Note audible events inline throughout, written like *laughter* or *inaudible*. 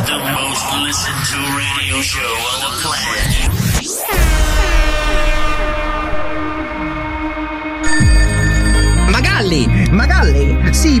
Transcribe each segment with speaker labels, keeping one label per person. Speaker 1: most listened to radio show on the planet.
Speaker 2: Magalli!
Speaker 3: Magalli! Sì,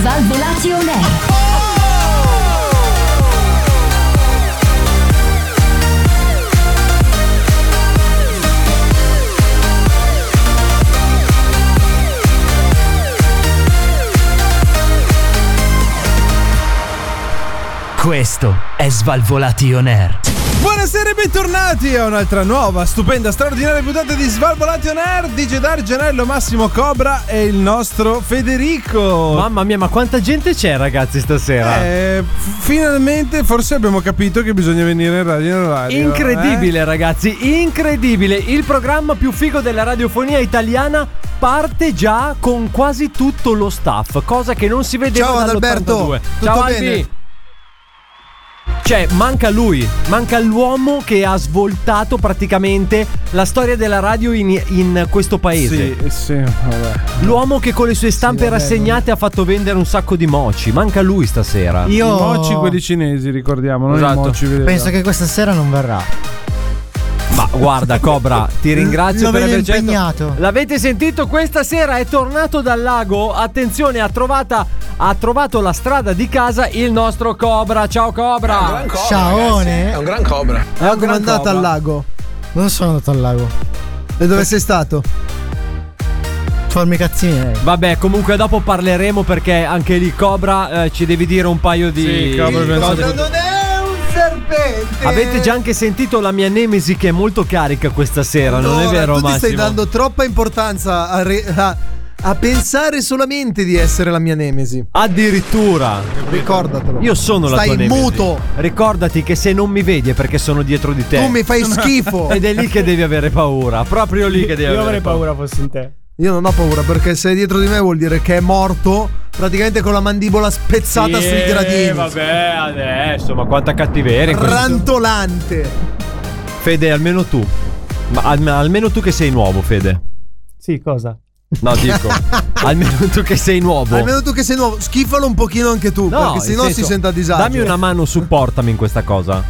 Speaker 4: Svalvolati on air.
Speaker 5: Questo è Svalvolation Air.
Speaker 6: Buonasera e bentornati a un'altra nuova, stupenda, straordinaria puntata di Svalvolati On Air di Gedar Gianello, Massimo Cobra e il nostro Federico.
Speaker 7: Mamma mia, ma quanta gente c'è, ragazzi, stasera?
Speaker 6: Eh, f- finalmente forse abbiamo capito che bisogna venire in radio eh? in orario.
Speaker 7: incredibile, ragazzi, incredibile. Il programma più figo della radiofonia italiana parte già con quasi tutto lo staff, cosa che non si vedeva
Speaker 8: Ciao, Adalberto.
Speaker 7: dall'82.
Speaker 8: Tutto
Speaker 7: Ciao
Speaker 8: bene?
Speaker 7: Albi. Cioè, manca lui, manca l'uomo che ha svoltato praticamente la storia della radio in, in questo
Speaker 6: eh?
Speaker 7: paese.
Speaker 6: Sì, sì, vabbè.
Speaker 7: L'uomo che con le sue stampe
Speaker 8: vabbè,
Speaker 7: rassegnate ha fatto vendere un sacco di moci. Manca lui stasera.
Speaker 6: I
Speaker 9: Io
Speaker 6: moci quelli cinesi, ricordiamo, non
Speaker 7: Esatto.
Speaker 6: i moci venezuelani.
Speaker 9: penso che questa sera non verrà.
Speaker 7: Ma guarda, Cobra, ti ringrazio
Speaker 9: Lo
Speaker 7: per
Speaker 9: vedo
Speaker 7: aver scelto-
Speaker 9: impegnato.
Speaker 7: L'avete sentito? Questa sera è tornato dal lago. Attenzione, ha, trovata- ha trovato la strada di casa il nostro Cobra. Ciao, Cobra.
Speaker 9: Ciaone.
Speaker 8: gran cobra.
Speaker 7: È un
Speaker 3: Eh, Come è
Speaker 7: gran
Speaker 3: andata
Speaker 7: Cobra.
Speaker 3: al lago?
Speaker 9: Non sono andato al lago.
Speaker 3: E dove sei stato?
Speaker 9: Farmi i cazzini. eh.
Speaker 7: Vabbè, comunque, dopo parleremo perché anche lì, Cobra, eh, ci devi dire un paio di
Speaker 6: Sì, Cobra, abbiamo
Speaker 7: cose.
Speaker 6: sentito.
Speaker 3: Non è un serpente!
Speaker 7: Avete già anche sentito la mia nemesi che è molto carica questa sera, non è
Speaker 3: Allora,
Speaker 7: vero,
Speaker 3: tu ti stai
Speaker 7: Massimo?
Speaker 3: dando troppa importanza a, re- a- a pensare solamente di essere la mia nemesi.
Speaker 7: Addirittura.
Speaker 3: Ricordatelo.
Speaker 7: Io sono
Speaker 3: Stai
Speaker 7: la tua nemesi.
Speaker 3: muto.
Speaker 7: Ricordati che se non mi vedi è perché sono dietro di te.
Speaker 3: Tu mi fai schifo.
Speaker 7: Ed è lì che devi avere paura. Proprio lì che devi avere
Speaker 9: paura fossi in te.
Speaker 3: Io non ho paura perché se è dietro di me vuol dire che è morto praticamente con la mandibola spezzata sui gradini.
Speaker 7: Eh, vabbè, adesso, ma quanta cattiveria. in questo-
Speaker 3: Rantolante.
Speaker 7: Fede, almeno tu. Ma al- almeno tu che sei nuovo, Fede.
Speaker 9: Sì, cosa?
Speaker 7: No,
Speaker 3: *laughs*
Speaker 7: dico. almeno tu che sei nuovo.
Speaker 3: Almeno tu che sei nuovo, schifalo un pochino anche tu,
Speaker 7: Boh. No,
Speaker 3: perché
Speaker 7: nel
Speaker 3: sennò si
Speaker 7: senso,
Speaker 3: sente a disagio.
Speaker 7: Dammi una mano, supportami in questa cosa.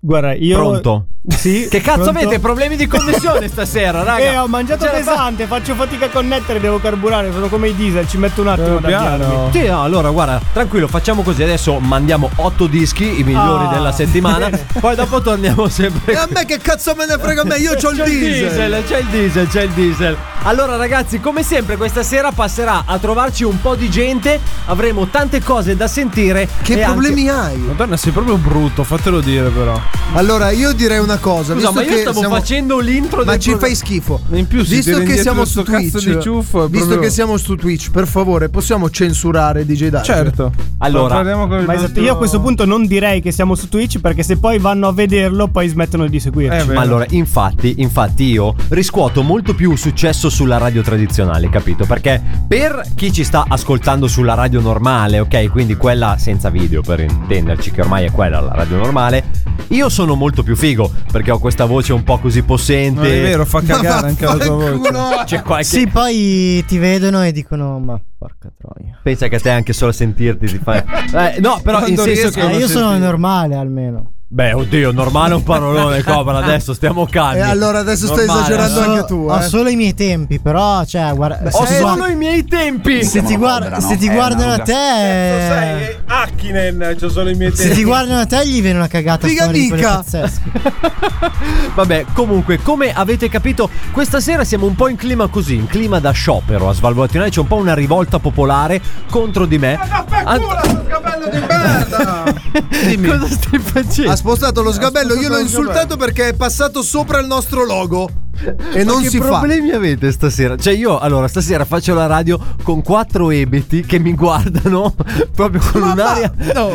Speaker 9: Guarda, io.
Speaker 7: Pronto?
Speaker 9: Sì.
Speaker 7: *laughs* Che cazzo avete? Problemi di connessione stasera, raga.
Speaker 9: Eh, ho mangiato
Speaker 7: Ce la fa-
Speaker 9: pesante, faccio fatica a connettere, devo carburare, sono come i diesel, ci metto un attimo
Speaker 7: Eh,
Speaker 9: ad avviarmi.
Speaker 7: Sì, no, allora guarda, tranquillo, facciamo così. Adesso mandiamo otto dischi, i migliori
Speaker 9: Ah.
Speaker 7: della *laughs* settimana. poi dopo torniamo sempre.
Speaker 3: E a me che cazzo me ne frega a me? Io Eh, c'ho il
Speaker 7: C'è il
Speaker 3: diesel.
Speaker 7: diesel, c'è il diesel, c'è il diesel. Allora ragazzi, come sempre questa sera passerà a trovarci un po' di gente, avremo tante cose da sentire.
Speaker 3: Che
Speaker 7: e anche-
Speaker 3: problemi hai?
Speaker 6: Madonna, sei proprio brutto, fatelo dire però.
Speaker 3: Allora, io direi una
Speaker 7: Scusa,
Speaker 3: cosa, visto
Speaker 7: ma io
Speaker 3: che
Speaker 7: stavo
Speaker 3: siamo-
Speaker 7: facendo l'intro
Speaker 3: Ma
Speaker 7: del
Speaker 3: ci
Speaker 7: programma.
Speaker 3: fai schifo.
Speaker 6: In più si
Speaker 3: visto
Speaker 6: tira
Speaker 3: che
Speaker 6: indietro
Speaker 3: siamo su
Speaker 6: sto cazzo
Speaker 3: Twitch,
Speaker 6: di ciuffo, è
Speaker 3: visto
Speaker 6: proprio-
Speaker 3: che siamo su Twitch, per favore, possiamo censurare DJ Dark?
Speaker 6: Certo.
Speaker 7: Allora,
Speaker 6: parliamo con il
Speaker 9: Ma esatto,
Speaker 6: nostro-
Speaker 9: io a questo punto non direi che siamo su Twitch perché se poi vanno a vederlo poi smettono di
Speaker 6: Eh,
Speaker 9: seguirci.
Speaker 6: beh.
Speaker 7: Ma allora, infatti, infatti io riscuoto molto più successo sulla radio tradizionale, capito? Perché per chi ci sta ascoltando sulla radio normale, ok? Quindi quella senza video, per intenderci, che ormai è quella la radio normale, io sono molto più figo, perché ho questa voce un po' così possente.
Speaker 6: Non è vero,
Speaker 9: *laughs*
Speaker 6: fa
Speaker 3: Ma
Speaker 6: cagare anche la tua
Speaker 3: vaffanculo.
Speaker 6: voce. *laughs*
Speaker 7: C'è qualche...
Speaker 9: Sì, poi ti vedono e dicono "Ma porca troia".
Speaker 7: Pensa che a te anche solo a sentirti ti fa... *laughs* Eh, no, però in
Speaker 6: Quando
Speaker 7: senso
Speaker 6: riesco-
Speaker 7: che...
Speaker 9: Eh, io
Speaker 6: lo
Speaker 9: sono
Speaker 6: senti.
Speaker 9: normale almeno.
Speaker 7: Beh, oddio, normale è un *laughs* parolone, Cobra, adesso stiamo calmi.
Speaker 3: E allora adesso stai
Speaker 7: Normale,
Speaker 3: esagerando
Speaker 9: Solo-
Speaker 3: anche tu,
Speaker 9: Ho
Speaker 3: eh.
Speaker 9: solo i miei tempi, però cioè, guarda,
Speaker 7: Ho
Speaker 9: se,
Speaker 7: solo Eh, i miei tempi!
Speaker 9: se ti, guarda- se
Speaker 3: Eh,
Speaker 9: ti guardano a te
Speaker 6: Hakkinen, c'ho solo i miei
Speaker 9: Se ti guardano a te gli viene una cagata
Speaker 3: Figa
Speaker 9: fuori di quelle
Speaker 3: mica.
Speaker 9: pazzesche.
Speaker 7: *laughs* Vabbè, comunque, come avete capito, questa sera siamo un po' in clima così, in clima da sciopero a Svalvolatinale, c'è un po' una rivolta popolare contro di me. An-
Speaker 6: Vaffanculo, sto scappando di merda!
Speaker 7: *laughs* Cosa stai facendo?
Speaker 3: spostato lo sgabello.
Speaker 6: spostato
Speaker 3: Io l'ho
Speaker 6: lo
Speaker 3: insultato perché è passato sopra il nostro logo. E non
Speaker 7: che
Speaker 3: si fa.
Speaker 7: problemi avete stasera? Cioè io allora stasera faccio la radio con quattro ebeti che mi guardano *laughs* proprio con un'aria *laughs*
Speaker 6: no.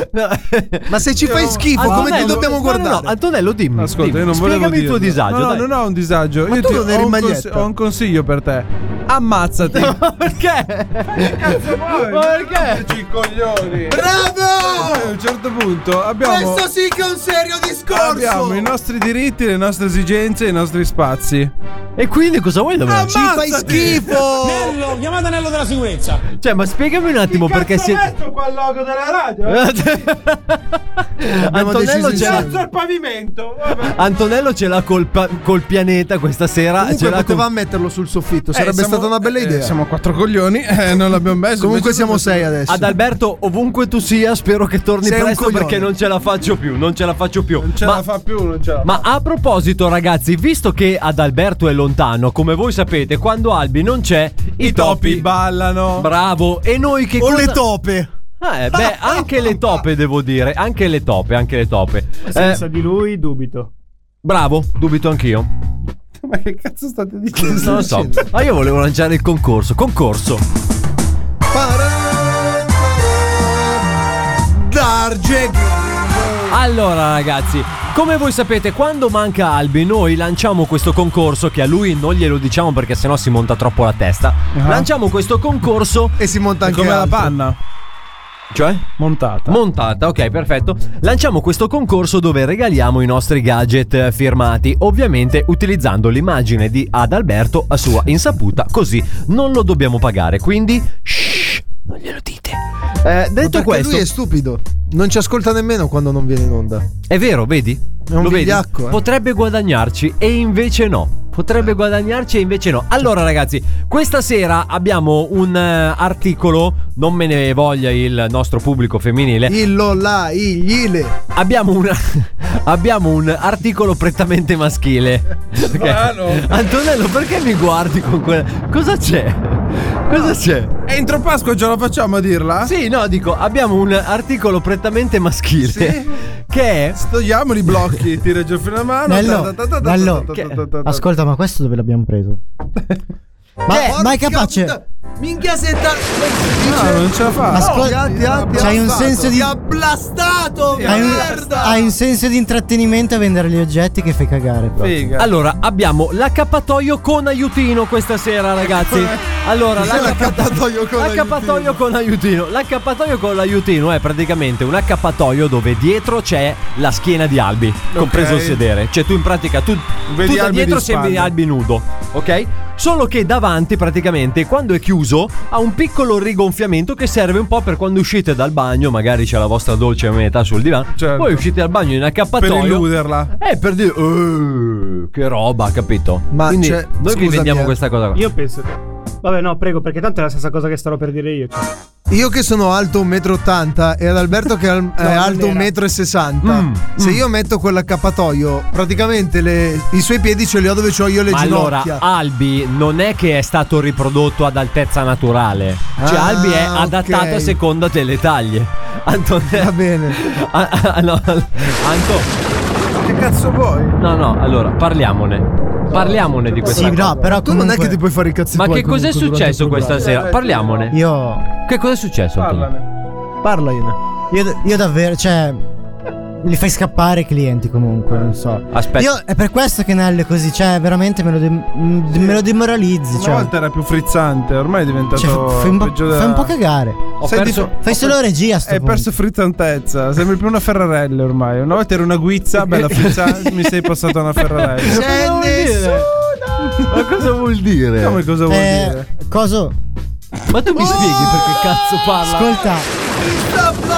Speaker 3: Ma se ci fai schifo, come ti
Speaker 7: Antonello-
Speaker 3: dobbiamo
Speaker 7: no,
Speaker 3: guardare?
Speaker 7: No, no, Antonello dimmi,
Speaker 6: Ascolta,
Speaker 7: dimmi,
Speaker 6: io non volevo
Speaker 7: spiegami il tuo
Speaker 6: dirlo.
Speaker 7: disagio
Speaker 6: No,
Speaker 7: dai.
Speaker 6: no, non ho un disagio.
Speaker 3: Ma
Speaker 6: io
Speaker 3: tu
Speaker 6: ti-
Speaker 3: non eri
Speaker 6: ho, un
Speaker 3: in
Speaker 6: cons-
Speaker 3: maglietta.
Speaker 6: ho un consiglio per te. Ammazzati.
Speaker 7: *laughs* Ma perché? Ma perché?
Speaker 6: Ci coglioni.
Speaker 3: Bravo!
Speaker 6: Poi, A un certo punto abbiamo
Speaker 3: Questo sì che è un serio discorso!
Speaker 6: Abbiamo i nostri diritti, le nostre esigenze, i nostri spazi.
Speaker 7: E quindi cosa vuoi da me?
Speaker 3: Ci fai schifo!
Speaker 10: chiamate anello della sicurezza.
Speaker 7: Cioè, ma spiegami un attimo perché si
Speaker 6: qua il logo della radio? eh?
Speaker 7: *laughs* Antonello
Speaker 3: deciso
Speaker 7: ce,
Speaker 3: insieme.
Speaker 7: l'ha,
Speaker 6: al pavimento. Vabbè.
Speaker 7: Antonello ce l'ha col, pa- col pianeta questa sera.
Speaker 3: Comunque
Speaker 7: ce l'ha
Speaker 3: poteva
Speaker 7: col-
Speaker 3: metterlo sul soffitto,
Speaker 6: Eh,
Speaker 3: sarebbe
Speaker 6: siamo-
Speaker 3: stata una bella
Speaker 6: eh,
Speaker 3: idea.
Speaker 6: siamo quattro coglioni, eh, non l'abbiamo messo.
Speaker 3: Comunque
Speaker 6: invece
Speaker 3: siamo sei adesso.
Speaker 7: Ad Alberto, ovunque tu sia, spero che torni
Speaker 3: Sei un
Speaker 7: presto
Speaker 3: coglione.
Speaker 7: perché non ce la faccio più. Non ce la faccio più.
Speaker 6: Non ce
Speaker 7: ma,
Speaker 6: la fa più, non ce la fa.
Speaker 7: ma a proposito, ragazzi, visto che ad Alberto è lontano, come voi sapete, quando Albi non c'è, i, topi.
Speaker 6: ballano.
Speaker 7: Bravo. E noi che
Speaker 3: o
Speaker 7: cosa-
Speaker 3: le tope.
Speaker 7: Ah, eh, beh, anche le tope, devo dire. Anche le tope, anche le tope. Eh,
Speaker 10: Senza di lui dubito.
Speaker 7: bravo, dubito anch'io.
Speaker 6: *laughs* Ma che cazzo state dicendo?
Speaker 7: Non lo so. Ma io volevo lanciare il concorso. Concorso.
Speaker 3: Darge.
Speaker 7: Allora, ragazzi, come voi sapete, quando manca Albi, noi lanciamo questo concorso che a lui non glielo diciamo perché sennò si monta troppo la testa.
Speaker 10: Ah.
Speaker 7: Lanciamo questo concorso,
Speaker 3: E si monta anche
Speaker 6: Come la
Speaker 3: altro.
Speaker 6: panna
Speaker 7: cioè
Speaker 6: montata.
Speaker 7: montata, ok, perfetto. Lanciamo questo concorso dove regaliamo i nostri gadget eh, firmati, ovviamente utilizzando l'immagine di Adalberto a sua insaputa, così non lo dobbiamo pagare. Quindi, shh, non glielo dite. Eh, detto
Speaker 3: Perché
Speaker 7: questo,
Speaker 3: lui è stupido. Non ci ascolta nemmeno quando non viene in onda.
Speaker 7: È vero, vedi?
Speaker 3: È un
Speaker 7: Lo vedi?
Speaker 3: vigliacco, eh.
Speaker 7: Potrebbe guadagnarci e invece no. Potrebbe guadagnarci e invece no. Allora, ragazzi, questa sera abbiamo un eh, articolo. Non me ne voglia il nostro pubblico femminile.
Speaker 3: Illo la iglile.
Speaker 7: Abbiamo, una- abbiamo un articolo prettamente maschile. Ok.
Speaker 6: Strano.
Speaker 7: Antonello, perché mi guardi con quella. Cosa c'è? Cosa c'è?
Speaker 6: Entro Pasqua ce la facciamo a dirla?
Speaker 7: Sì, no, dico, abbiamo un articolo prettamente maschile.
Speaker 6: Sì.
Speaker 7: Che è.
Speaker 6: Togliamo i
Speaker 3: *laughs*
Speaker 6: blocchi, tira giù fino a mano.
Speaker 9: Nello,
Speaker 6: ta ta ta ta
Speaker 9: Nello,
Speaker 6: ta ta ta ta ta ta.
Speaker 9: Ascolta, ma questo dove l'abbiamo
Speaker 3: *laughs*
Speaker 9: preso?
Speaker 3: Eh,
Speaker 9: Ma, ma è capace?
Speaker 3: Minchia se ta-
Speaker 6: No, non ce la fa.
Speaker 9: Ascol-
Speaker 3: Gatti, Gatti,
Speaker 9: C'hai un
Speaker 3: abbassato.
Speaker 9: senso di-
Speaker 3: Ti ha blastato,
Speaker 9: Hai un,
Speaker 3: merda.
Speaker 9: hai un senso di intrattenimento a vendere gli oggetti che fai cagare. Proprio.
Speaker 6: Figa.
Speaker 7: Allora, abbiamo l'accappatoio con aiutino questa sera, ragazzi.
Speaker 6: Ecco, eh.
Speaker 7: Allora,
Speaker 3: Cos'è
Speaker 7: l'accappa-
Speaker 3: l'accappatoio con
Speaker 7: l'accappatoio con aiutino. L'accappatoio con l'aiutino è praticamente un accappatoio dove dietro c'è la schiena di Albi, compreso il sedere. Cioè, tu in pratica tu,
Speaker 6: Vedi
Speaker 7: tu da
Speaker 6: Albi
Speaker 7: dietro
Speaker 6: di spalle.
Speaker 7: sembri Albi nudo, ok? Solo che davanti, praticamente, quando è chiuso, ha un piccolo rigonfiamento che serve un po' per quando uscite dal bagno, magari c'è la vostra dolce metà sul divano.
Speaker 6: Certo.
Speaker 7: Poi uscite dal bagno in
Speaker 6: per
Speaker 7: accappatoio.
Speaker 6: illuderla.
Speaker 7: Eh, per dire, "Eh, che roba, capito?
Speaker 3: Ma
Speaker 7: Quindi
Speaker 3: c'è-
Speaker 7: noi vi
Speaker 3: scusami,
Speaker 7: vendiamo
Speaker 3: eh.
Speaker 7: questa cosa qua.
Speaker 10: Io penso che. Vabbè, no, prego, perché tanto è la stessa cosa che starò per dire io. cioè.
Speaker 3: Io che sono alto 1,80 m e ad Alberto che
Speaker 7: *laughs*
Speaker 3: è al- è alto
Speaker 10: era.
Speaker 3: 1,60 m.
Speaker 7: Mm,
Speaker 3: se io metto quell'accappatoio, praticamente le- i suoi piedi ce li ho dove ho io le
Speaker 7: Ma
Speaker 3: ginocchia.
Speaker 7: allora, ah. Albi non è che è stato riprodotto ad altezza naturale. Cioè,
Speaker 3: Ah,
Speaker 7: Albi è
Speaker 3: ok.
Speaker 7: adattato a seconda delle taglie. *laughs* Antonello.
Speaker 3: Va bene.
Speaker 7: *laughs* Ah, ah, no, Anto,
Speaker 6: Che cazzo vuoi?
Speaker 7: no, no, allora, parliamone. Parliamone di questa
Speaker 9: Sì,
Speaker 7: cosa.
Speaker 9: no, però
Speaker 3: Tu non è che ti puoi fare i cazzi
Speaker 7: Ma che
Speaker 3: tuoi
Speaker 7: cos'è
Speaker 3: comunque durante
Speaker 7: successo
Speaker 3: il
Speaker 7: questa
Speaker 3: programma.
Speaker 7: sera? Parliamone.
Speaker 9: Io,
Speaker 7: Che cos'è successo? Antonello?
Speaker 6: Parlane.
Speaker 3: Parla Iene.
Speaker 9: io, io davvero, cioè. Li fai scappare i clienti comunque, non so.
Speaker 7: Aspetta.
Speaker 9: Io è per questo che Nello è così, cioè, veramente me lo, de- m- me lo demoralizzi.
Speaker 6: Una
Speaker 9: cioè,
Speaker 6: volta era più frizzante, ormai è diventato
Speaker 9: Cioè, fa- fai, un po',
Speaker 6: peggio della-
Speaker 9: fai un po' cagare.
Speaker 7: Ho
Speaker 6: Senti,
Speaker 7: perso.
Speaker 9: Fai solo regia, sto
Speaker 6: eh, Hai perso frizzantezza, sembri più una Ferrarella ormai. Una volta eri una
Speaker 9: *laughs*
Speaker 6: guizza, bella frizzante, mi sei passata una Ferrarella.
Speaker 3: C'è nessuno.
Speaker 7: Ma cosa vuol dire?
Speaker 6: Come cosa vuol
Speaker 9: Eh,
Speaker 6: dire?
Speaker 9: coso?
Speaker 7: Ma tu mi spieghi perché cazzo parla?
Speaker 9: Ascolta,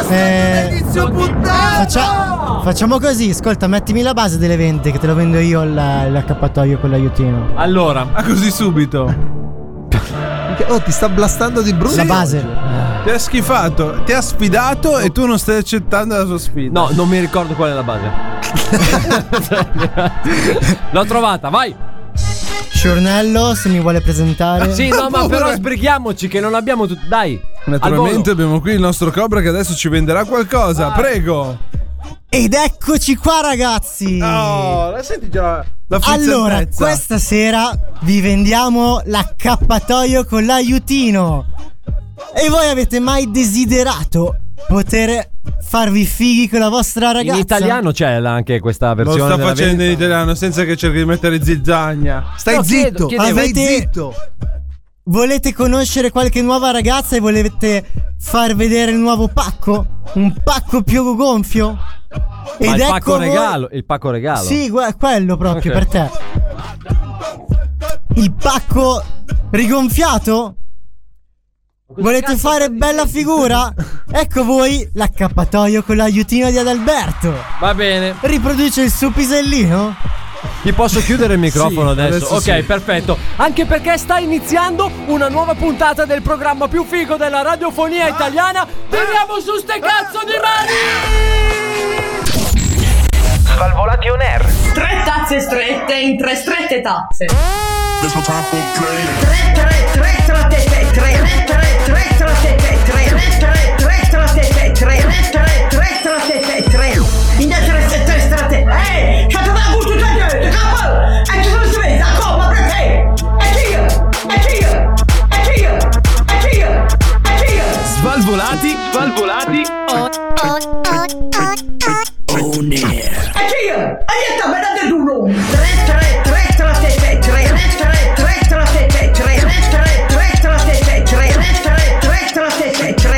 Speaker 9: Eh,
Speaker 3: Inizio puttana.
Speaker 9: faccia- facciamo così. Ascolta, mettimi la base delle vente che te lo vendo io il- l'accappatoio con l'aiutino.
Speaker 7: Allora,
Speaker 6: Ah, così subito.
Speaker 3: Oh, ti sta blastando di brutto.
Speaker 9: La base.
Speaker 6: Ti ha schifato, ti ha sfidato e tu non stai accettando la sua sfida.
Speaker 7: no, non mi ricordo qual è la base. *laughs* L'ho trovata, vai.
Speaker 9: Sciornello, se mi vuole presentare.
Speaker 7: Ah, Sì, no, ma però sbrighiamoci che non abbiamo tutti. Dai. al
Speaker 6: Naturalmente
Speaker 7: volo. Ah.
Speaker 6: abbiamo qui il nostro Cobra che adesso ci venderà qualcosa. Prego.
Speaker 9: Ed eccoci qua, ragazzi.
Speaker 6: Oh, la senti già la
Speaker 9: Allora,
Speaker 6: frizzantezza?
Speaker 9: questa sera vi vendiamo l'accappatoio con l'aiutino. E voi avete mai desiderato poter farvi fighi con la vostra ragazza?
Speaker 7: In italiano c'è la- anche questa
Speaker 6: Lo
Speaker 7: versione.
Speaker 6: sta
Speaker 7: della
Speaker 6: facendo in
Speaker 7: verità.
Speaker 6: italiano senza che cerchi di mettere zizzagna.
Speaker 3: Stai
Speaker 7: No, chiedo-
Speaker 3: zitto,
Speaker 7: chiedevo.
Speaker 3: stai
Speaker 9: Avete-
Speaker 3: zitto.
Speaker 9: Volete conoscere qualche nuova ragazza e volete far vedere il nuovo pacco? Un pacco più gonfio?
Speaker 7: Ma il pacco
Speaker 9: ecco voi-
Speaker 7: regalo. Il pacco regalo.
Speaker 9: Sì, gua- quello proprio
Speaker 7: Ok.
Speaker 9: per te. Il pacco rigonfiato? Volete fare bella figura?
Speaker 6: *laughs*
Speaker 9: Ecco voi l'accappatoio con l'aiutino di Adalberto.
Speaker 7: Va bene.
Speaker 9: Riproduce il suo pisellino?
Speaker 7: Gli posso chiudere il microfono
Speaker 6: Sì,
Speaker 7: adesso?
Speaker 6: adesso
Speaker 7: Ok,
Speaker 6: sì.
Speaker 7: perfetto. Anche perché sta iniziando una nuova puntata del programma più figo della radiofonia italiana. Teniamo su ste cazzo di mani!
Speaker 1: Svalvolation Air.
Speaker 2: Tre tazze strette in tre strette tazze.
Speaker 11: There's no time for playing.
Speaker 2: Tre tre tre tratte tre tre tre tre tratte tre tre tre tre tratte tre tre tre tre tratte tre tre in tre tre tre tratte ehi fate da gusto gente capo e ci sono tre da coma per te e io e io e io e io e io
Speaker 1: Svalvolati, svalvolati.
Speaker 2: Anch'io! Aiuta, me date un rum! 3 3 3 3 3 3 3 3 3 3 3 3 3 3 3 3 3 3 3 3 3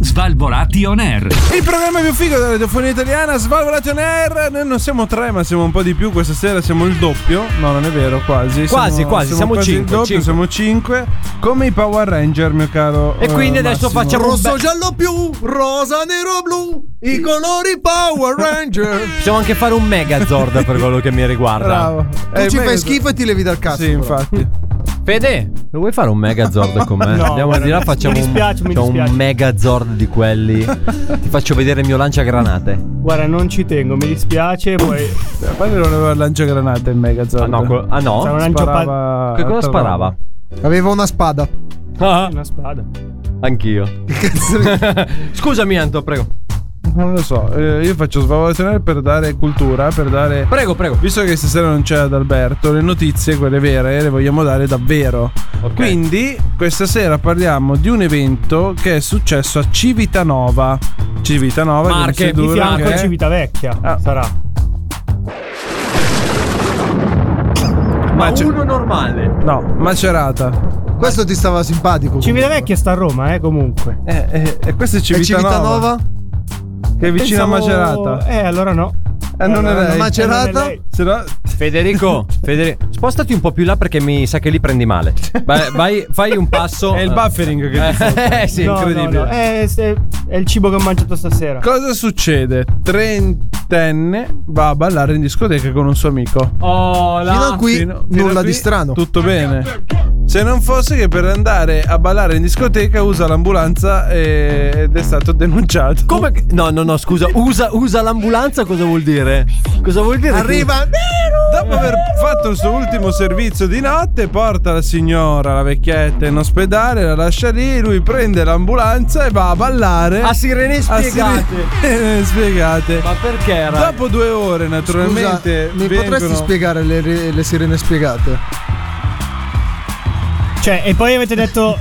Speaker 1: Svalvolation Air.
Speaker 6: Il programma più figo della radiofonia italiana, Svalvolation Air. Noi non siamo tre, ma siamo un po' di più. Questa sera siamo il doppio. No, non è vero, quasi.
Speaker 7: Quasi, quasi, siamo
Speaker 6: quasi il
Speaker 7: cinque,
Speaker 6: doppio,
Speaker 7: cinque.
Speaker 6: Siamo cinque. Come i Power Ranger, mio caro. eh,
Speaker 7: E quindi adesso facciamo un
Speaker 3: Rosso,
Speaker 7: be-
Speaker 3: giallo più, rosa, nero, blu, i colori Power
Speaker 7: *laughs*
Speaker 3: Ranger.
Speaker 7: Possiamo anche fare un Megazord per quello che mi riguarda.
Speaker 6: Bravo. Eh,
Speaker 3: Tu ci fai schifo e ti levi dal cazzo.
Speaker 6: Sì,
Speaker 3: però.
Speaker 6: infatti.
Speaker 7: Fede, lo vuoi fare un Megazord con me?
Speaker 12: No,
Speaker 7: Andiamo di là,
Speaker 12: veramente.
Speaker 7: facciamo
Speaker 12: Mi dispiace,
Speaker 7: un,
Speaker 12: mi
Speaker 7: facciamo un
Speaker 12: dispiace.
Speaker 7: Megazord di quelli. Ti faccio vedere il mio lanciagranate.
Speaker 12: Guarda, non ci tengo, mi dispiace. Poi
Speaker 6: A parte non aveva il lanciagranate il Megazord.
Speaker 7: Ah no, que- ah, no?
Speaker 12: Sarà un lancio pa-
Speaker 6: Sparava
Speaker 7: Che cosa
Speaker 6: altra
Speaker 7: sparava?
Speaker 6: roba.
Speaker 3: Aveva una spada.
Speaker 7: Ah,
Speaker 12: una spada.
Speaker 7: anch'io. *laughs* Scusami Anto, prego.
Speaker 6: Non lo so. eh, Io faccio Svalvolation Air per dare cultura, per dare.
Speaker 7: Prego, prego.
Speaker 6: Visto che stasera non c'è Adalberto, le notizie, quelle vere, le vogliamo dare davvero.
Speaker 7: Ok.
Speaker 6: Quindi, questa sera parliamo di un evento che è successo a Civitanova. Civitanova, che non
Speaker 7: Marche,
Speaker 6: si dura,
Speaker 12: Di fianco
Speaker 6: ok?
Speaker 12: a Civitavecchia
Speaker 6: eh? Ah.
Speaker 12: sarà.
Speaker 7: Ma
Speaker 6: c'è-
Speaker 7: uno normale.
Speaker 6: No, Macerata.
Speaker 3: *laughs* Questo ti stava simpatico.
Speaker 12: Civitavecchia sta a Roma, eh, comunque.
Speaker 6: Eh, eh, e questa è
Speaker 3: E
Speaker 6: Civitanova,
Speaker 3: Civitanova?
Speaker 6: che è vicino a Macerata.
Speaker 12: Eh, allora no.
Speaker 6: Eh, non è
Speaker 12: allora
Speaker 6: lei.
Speaker 12: non è
Speaker 3: Macerata?
Speaker 12: lei.
Speaker 6: Se no-
Speaker 7: Federico, Federico, spostati un po' più là perché mi sa che lì prendi male. Vai, vai- fai un passo.
Speaker 6: È il buffering
Speaker 7: *laughs*
Speaker 6: che ti fa.
Speaker 7: Eh, sì,
Speaker 12: No,
Speaker 7: incredibile.
Speaker 12: no, no, È, è- è il cibo che ho mangiato stasera.
Speaker 6: Cosa succede? Trentenne va a ballare in discoteca con un suo amico.
Speaker 7: Oh, la
Speaker 3: Fino
Speaker 6: Ah,
Speaker 3: a qui nulla di strano.
Speaker 6: Tutto bene. Se non fosse che per andare a ballare in discoteca usa l'ambulanza e- ed è stato denunciato.
Speaker 7: Come? che- No, no, no, scusa. Usa, usa l'ambulanza, cosa vuol dire? Cosa vuol dire? che-
Speaker 3: Arriva.
Speaker 6: Dopo aver fatto il suo ultimo servizio di notte, porta la signora, la vecchietta in ospedale, la lascia lì, lui prende l'ambulanza e va a ballare.
Speaker 3: Ah,
Speaker 7: A sirene
Speaker 6: A
Speaker 7: spiegate.
Speaker 6: sirene *laughs* spiegate.
Speaker 7: Ma perché? raga?
Speaker 6: Dopo due ore,
Speaker 3: Scusa,
Speaker 6: naturalmente.
Speaker 3: mi
Speaker 6: vengono-
Speaker 3: potresti spiegare le, re- le sirene spiegate?
Speaker 12: Cioè, e poi avete detto.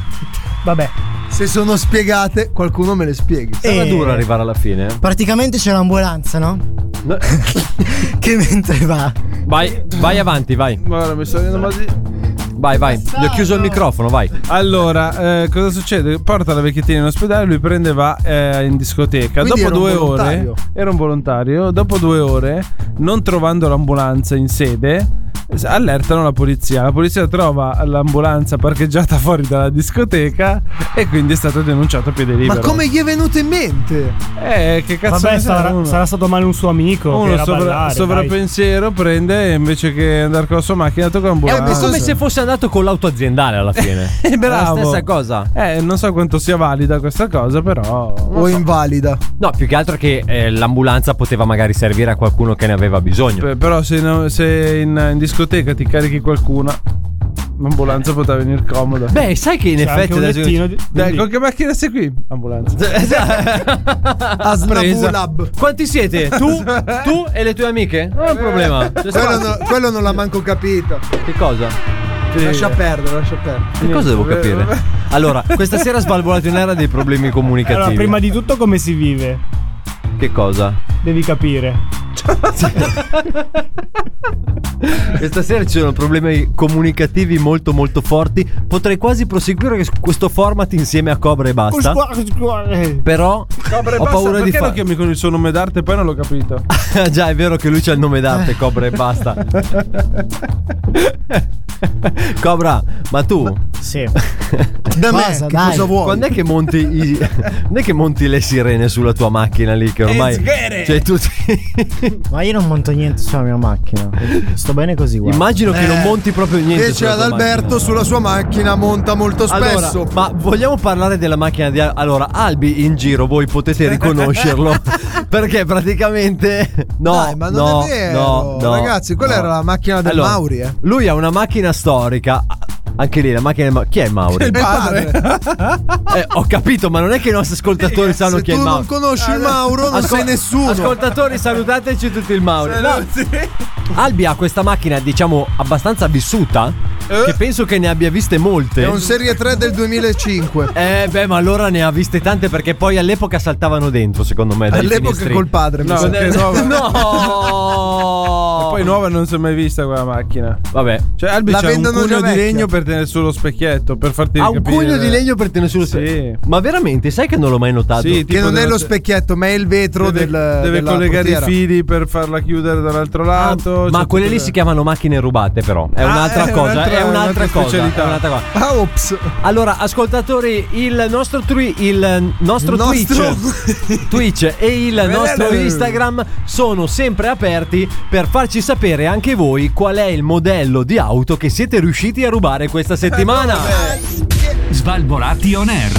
Speaker 12: Vabbè.
Speaker 3: Se sono spiegate, qualcuno me le spieghi.
Speaker 7: Sarà
Speaker 9: Eh,
Speaker 7: duro arrivare alla fine.
Speaker 9: Praticamente c'è un'ambulanza, no?
Speaker 7: No,
Speaker 9: *laughs* Che mentre va.
Speaker 7: Vai, vai avanti, vai.
Speaker 6: Guarda, mi sto venendo mal di-
Speaker 7: Vai, vai. Gli ho chiuso il microfono, vai.
Speaker 6: Allora, eh, cosa succede? Porta la vecchiettina in ospedale, lui prende e va eh, in discoteca.
Speaker 3: Quindi era
Speaker 6: dopo
Speaker 3: un
Speaker 6: due ore,
Speaker 3: volontario.
Speaker 6: era un volontario. Dopo due ore, non trovando l'ambulanza in sede, s- allertano la polizia. La polizia trova l'ambulanza parcheggiata fuori dalla discoteca e quindi è stato denunciato a piede libero.
Speaker 3: Ma come gli è venuto in mente?
Speaker 6: Eh, che cazzo
Speaker 12: Vabbè,
Speaker 6: ne sa
Speaker 12: sarà,
Speaker 6: uno?
Speaker 12: sarà stato male un suo amico. che
Speaker 6: uno
Speaker 12: era a
Speaker 6: sovra-
Speaker 12: ballare, dai.
Speaker 6: sovrappensiero prende e invece che andare con la sua macchina
Speaker 3: Eh,
Speaker 6: tocca l'ambulanza.
Speaker 7: È come se fosse andato con l'auto aziendale alla fine.
Speaker 6: Eh, bravo.
Speaker 7: *laughs* È la stessa cosa.
Speaker 6: Eh, non so quanto sia valida questa cosa, però.
Speaker 3: O
Speaker 7: *laughs*
Speaker 3: invalida?
Speaker 7: No, più che altro che eh, l'ambulanza poteva magari servire a qualcuno che ne aveva bisogno.
Speaker 6: Beh, però se, no- se in, in discoteca ti carichi qualcuno L'ambulanza poteva venire comoda.
Speaker 7: Beh, sai che in
Speaker 6: C'è
Speaker 7: effetti
Speaker 6: anche un
Speaker 7: adesso- *laughs*
Speaker 6: lettino di-
Speaker 7: Quindi-
Speaker 6: Dai, con che macchina sei qui? Ambulanza.
Speaker 3: Asnabulab.
Speaker 7: Esatto. Quanti siete? Tu, tu e le tue amiche? Non è un problema. C'è
Speaker 3: Quello,
Speaker 7: spazio.
Speaker 3: no- quello non l'ha manco capito.
Speaker 7: Che cosa?
Speaker 3: Lascia perdere, lascia perdere.
Speaker 7: Che cosa devo capire? Allora, questa sera sbalvolato in aria ha dei problemi comunicativi.
Speaker 13: Allora, prima di tutto come si vive?
Speaker 7: Che cosa?
Speaker 13: Devi capire.
Speaker 7: Questa sera ci sono problemi comunicativi molto molto forti. Potrei quasi proseguire questo format insieme a Cobra e basta. Però ho paura
Speaker 6: Perché lo
Speaker 7: di fare.
Speaker 6: chiami con il suo nome d'arte e poi non l'ho
Speaker 7: *laughs*
Speaker 6: capito.
Speaker 7: Già, è vero che lui c'ha il nome d'arte, Cobra e basta. *laughs* Cobra, ma tu
Speaker 13: Sì.
Speaker 3: Da me,
Speaker 9: Cosa,
Speaker 3: che
Speaker 9: dai?
Speaker 3: cosa vuoi?
Speaker 7: quando è che monti i- *laughs* quando è che monti le sirene sulla tua macchina lì che ormai cioè tu *laughs*
Speaker 9: Ma io non monto niente sulla mia macchina. Sto bene così, guarda.
Speaker 7: immagino che non
Speaker 3: Eh,
Speaker 7: monti proprio niente
Speaker 3: Invece
Speaker 7: sulla
Speaker 3: ad
Speaker 7: tua macchina.
Speaker 3: Alberto sulla sua macchina monta molto
Speaker 7: Allora,
Speaker 3: spesso.
Speaker 7: ma vogliamo parlare della macchina di Al- Allora, Albi in giro voi potete riconoscerlo
Speaker 3: *laughs*
Speaker 7: perché praticamente no,
Speaker 3: Dai, ma non
Speaker 7: no,
Speaker 3: è vero.
Speaker 7: no, no,
Speaker 3: Ragazzi, quella
Speaker 7: no.
Speaker 3: era la macchina del
Speaker 7: Allora,
Speaker 3: Mauri, eh.
Speaker 7: Lui ha una macchina storica. Anche lì la macchina del Mauri. Chi è Mauri?
Speaker 3: Il padre.
Speaker 7: Eh, ho capito, ma non è che i nostri
Speaker 3: *laughs*
Speaker 7: ascoltatori sanno
Speaker 3: Se
Speaker 7: chi è
Speaker 3: tu
Speaker 7: il Mauri.
Speaker 3: non conosci
Speaker 6: Ah,
Speaker 3: il Mauro, non
Speaker 7: Ascol-
Speaker 3: sei nessuno.
Speaker 7: Ascoltatori, salutateci tutti il Mauro. No,
Speaker 6: Eh,
Speaker 7: Albi ha questa macchina, diciamo, abbastanza vissuta. Che penso che ne abbia viste molte.
Speaker 3: Eh? È un Serie 3 del 2005.
Speaker 7: Eh, beh, ma allora ne ha viste tante perché poi all'epoca saltavano dentro, secondo me. dai
Speaker 3: All'epoca
Speaker 7: finestrini.
Speaker 3: col padre. mi
Speaker 6: No,
Speaker 3: sa.
Speaker 6: perché
Speaker 7: *laughs*
Speaker 6: nuova.
Speaker 7: No!
Speaker 6: Poi nuova non si è mai vista quella macchina.
Speaker 7: Vabbè.
Speaker 6: Cioè, Albi
Speaker 3: La
Speaker 6: c'ha un
Speaker 3: vendono già
Speaker 6: cugno di
Speaker 3: vecchia.
Speaker 6: legno per tenere sullo specchietto, per farti
Speaker 7: Ha un
Speaker 6: capire.
Speaker 7: pugno di legno per tenere sullo
Speaker 6: Sì.
Speaker 7: specchio. Ma veramente, sai che non l'ho mai notato?
Speaker 6: Sì,
Speaker 3: Che
Speaker 6: tipo
Speaker 3: non è
Speaker 6: deve-
Speaker 3: lo specchietto, ma è il vetro
Speaker 6: Deve,
Speaker 3: del.
Speaker 6: deve
Speaker 3: della
Speaker 6: collegare
Speaker 3: portiera.
Speaker 6: i fili per farla chiudere dall'altro
Speaker 7: Ah,
Speaker 6: lato. cioè
Speaker 7: ma quelle lì si chiamano macchine rubate, però. È
Speaker 6: Ah,
Speaker 7: un'altra
Speaker 6: è
Speaker 7: cosa.
Speaker 6: un'altra-
Speaker 7: è un'altra,
Speaker 6: un'altra
Speaker 7: cosa.
Speaker 6: specialità.
Speaker 7: È un'altra cosa.
Speaker 3: Ah, ops.
Speaker 7: Allora, ascoltatori, il nostro, twi- il nostro
Speaker 3: Il nostro-
Speaker 7: Twitch, *laughs* Twitch e il nostro Instagram sono sempre aperti per farci sapere anche voi qual è il modello di auto che siete riusciti a rubare questa
Speaker 3: *laughs*
Speaker 7: settimana.
Speaker 14: Svalvolati on air.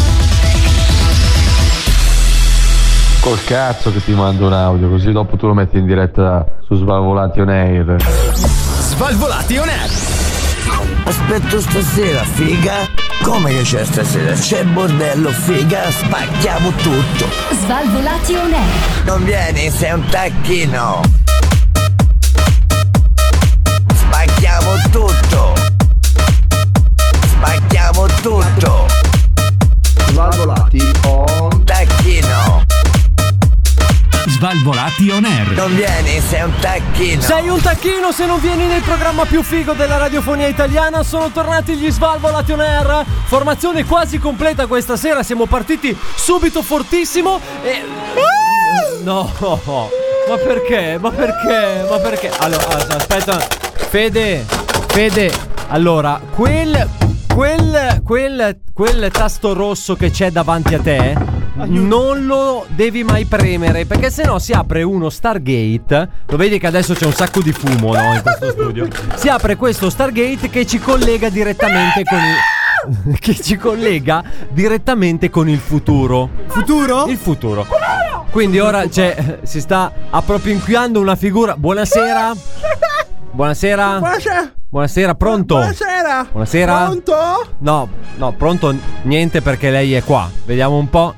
Speaker 15: Col cazzo che ti mando un audio, così dopo tu lo metti in diretta su Svalvolati on Air.
Speaker 14: Svalvolati on air.
Speaker 2: Aspetto stasera, figa. Come che c'è stasera? C'è bordello, figa, spacchiamo tutto.
Speaker 16: Svalvolati on air.
Speaker 2: Non vieni, sei un tacchino. Spacchiamo tutto. Spacchiamo tutto. Svalvolati un tacchino.
Speaker 14: Svalvolati on air.
Speaker 2: Non vieni, sei un tacchino.
Speaker 7: Sei un tacchino se non vieni nel programma più figo della radiofonia italiana. Sono tornati gli Svalvolati on Air. Formazione quasi completa questa sera. Siamo partiti subito fortissimo e... No, ma perché? Ma perché? Ma perché? Allora, as- aspetta. Fede, Fede. Allora, quel... Quel, quel, quel tasto rosso che c'è davanti a te non lo devi mai premere perché sennò si apre uno Stargate. Lo vedi che adesso c'è un sacco di fumo no, in questo studio. Si apre questo Stargate che ci collega direttamente con il *laughs* che ci collega direttamente con il futuro. Futuro? Il futuro. Quindi ora c'è si sta appropinquiando una figura. *laughs* Buonasera. Buonasera. Buonasera. Buonasera, pronto? Buonasera. Buonasera. Pronto? No, no, pronto n- niente perché lei è qua. Vediamo un po'.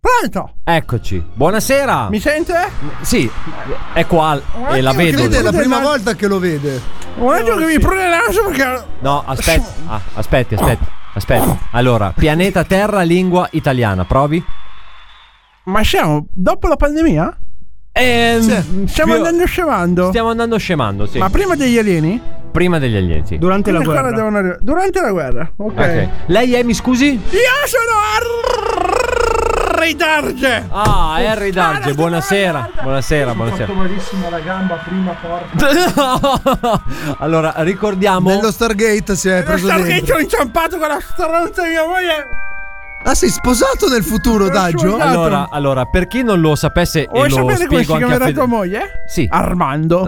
Speaker 3: Pronto?
Speaker 7: Eccoci. Buonasera.
Speaker 6: Mi sente?
Speaker 7: Sì, è qua e la vedo.
Speaker 3: Crede, è la prima volta che lo vede.
Speaker 6: Un attimo che mi prende naso perché.
Speaker 7: No, aspetta. Ah, aspetti, aspetti, aspetti. Allora, pianeta Terra, lingua italiana, provi?
Speaker 6: Ma siamo dopo la pandemia?
Speaker 7: Ehm,
Speaker 6: Stiamo
Speaker 7: più-
Speaker 6: andando scemando.
Speaker 7: Stiamo andando scemando, sì.
Speaker 6: Ma prima degli alieni?
Speaker 7: Prima degli alieni. sì.
Speaker 13: Durante la
Speaker 6: Quindi ancora
Speaker 13: guerra.
Speaker 6: devono arrivare. Durante la guerra, ok.
Speaker 7: Ok. Lei è, mi scusi?
Speaker 6: Io sono Harry Darge.
Speaker 7: Ah, Harry Darge, buonasera. Buonasera, buonasera.
Speaker 6: malissimo la gamba prima porta.
Speaker 7: *laughs* allora, ricordiamo.
Speaker 3: Nello Stargate si è preso dentro.
Speaker 6: ho inciampato con la stronza di mia moglie.
Speaker 3: Ah, sei sposato nel futuro, Daggio?
Speaker 6: sbagliato.
Speaker 7: Allora, allora, per chi non lo sapesse, e
Speaker 6: Vuoi
Speaker 7: lo
Speaker 6: sapere come si
Speaker 7: spiego anche a
Speaker 6: chiamerà
Speaker 7: Fede-
Speaker 6: tua Ah. moglie?
Speaker 7: Sì.
Speaker 6: Armando.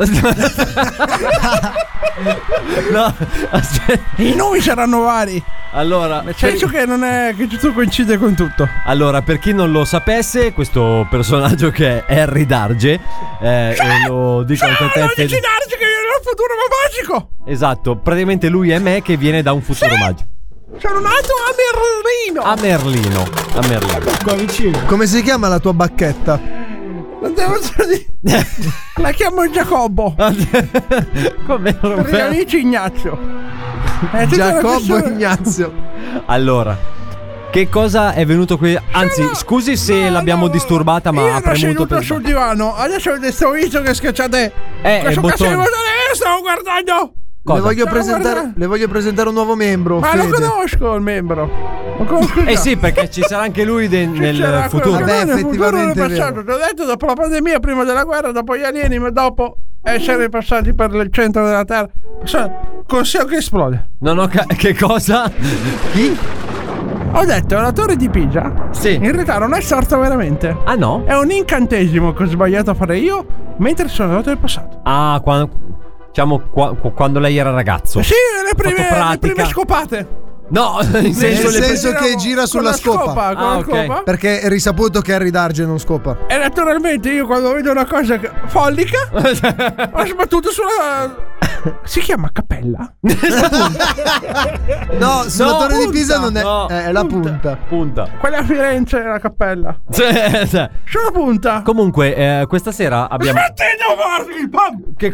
Speaker 7: no, *laughs* aspetta.
Speaker 6: *laughs* I nomi saranno vari.
Speaker 7: Allora,
Speaker 6: Nel senso che non è che tutto coincide con tutto.
Speaker 7: Allora, per chi non lo sapesse, questo personaggio che è Harry Darge, eh, e lo dico anche a te. Fede-
Speaker 6: che viene dal futuro, ma
Speaker 7: magico! Esatto, praticamente lui è me che viene da un futuro magico.
Speaker 6: Sono nato a Berlino.
Speaker 7: A Merlino, a Merlino.
Speaker 6: *laughs*
Speaker 17: Qua vicino. Come si chiama la tua bacchetta?
Speaker 6: Eh, Non devo dire- La chiamo Giacobbo.
Speaker 7: Come
Speaker 6: Perché amici Ignazio. È tutta una
Speaker 17: Giacobbo
Speaker 6: questione-
Speaker 17: Ignazio.
Speaker 7: Allora, che cosa è venuto qui? Anzi, scusi se l'abbiamo disturbata, ma
Speaker 6: Io
Speaker 7: ha
Speaker 6: ero
Speaker 7: premuto
Speaker 6: seduto
Speaker 7: per.
Speaker 6: sul divano, adesso sto visto che schiacciate
Speaker 7: Eh, il
Speaker 6: questo cazzo di
Speaker 7: bottone. Eh
Speaker 6: bottone, io stavo guardando!
Speaker 17: Le voglio,
Speaker 6: Stavo
Speaker 17: presentare,
Speaker 6: guardando-
Speaker 17: le voglio presentare un nuovo membro.
Speaker 6: Ma lo
Speaker 17: Fede.
Speaker 6: conosco il membro! Lo conosco già.
Speaker 7: Eh sì, perché ci sarà anche lui de- nel
Speaker 6: C'era quello
Speaker 7: futuro.
Speaker 6: che non è futuro,
Speaker 17: è
Speaker 6: nel passato. Ti ho detto dopo la pandemia, prima della guerra, dopo gli alieni, ma dopo essere passati per il centro della Terra. Sa- Consiglio che esplode.
Speaker 7: Non ho ca- che cosa? Chi?
Speaker 6: Ho detto, la torre di Pisa.
Speaker 7: Sì.
Speaker 6: In realtà non è sorta veramente.
Speaker 7: Ah no?
Speaker 6: È un incantesimo che ho sbagliato a fare io mentre sono andato nel passato.
Speaker 7: Ah, quando. Diciamo qua- qu- quando lei era ragazzo.
Speaker 6: Sì, le prime,
Speaker 7: Fatto
Speaker 6: le prime
Speaker 7: pratica.
Speaker 6: scopate.
Speaker 7: No, in
Speaker 17: Nel
Speaker 7: senso,
Speaker 17: senso,
Speaker 7: le pre-
Speaker 17: che gira
Speaker 6: con
Speaker 17: sulla
Speaker 6: la
Speaker 17: scopa.
Speaker 6: scopa, con la Ah, ok. scopa.
Speaker 17: Perché è risaputo che Harry Darge non scopa.
Speaker 6: E naturalmente io quando vedo una cosa che- follica ho sbattuto sulla... Si chiama cappella?
Speaker 17: No, sulla
Speaker 6: No,
Speaker 17: torre di
Speaker 6: punta,
Speaker 17: Pisa non è.
Speaker 6: no,
Speaker 17: eh, è la punta.
Speaker 7: Punta.
Speaker 6: Quella a Firenze è la cappella.
Speaker 7: Cioè, cioè.
Speaker 6: Sono punta.
Speaker 7: Comunque, eh, questa sera
Speaker 17: *laughs*
Speaker 7: abbiamo.
Speaker 6: Smetti di muoverti il pub!
Speaker 7: Che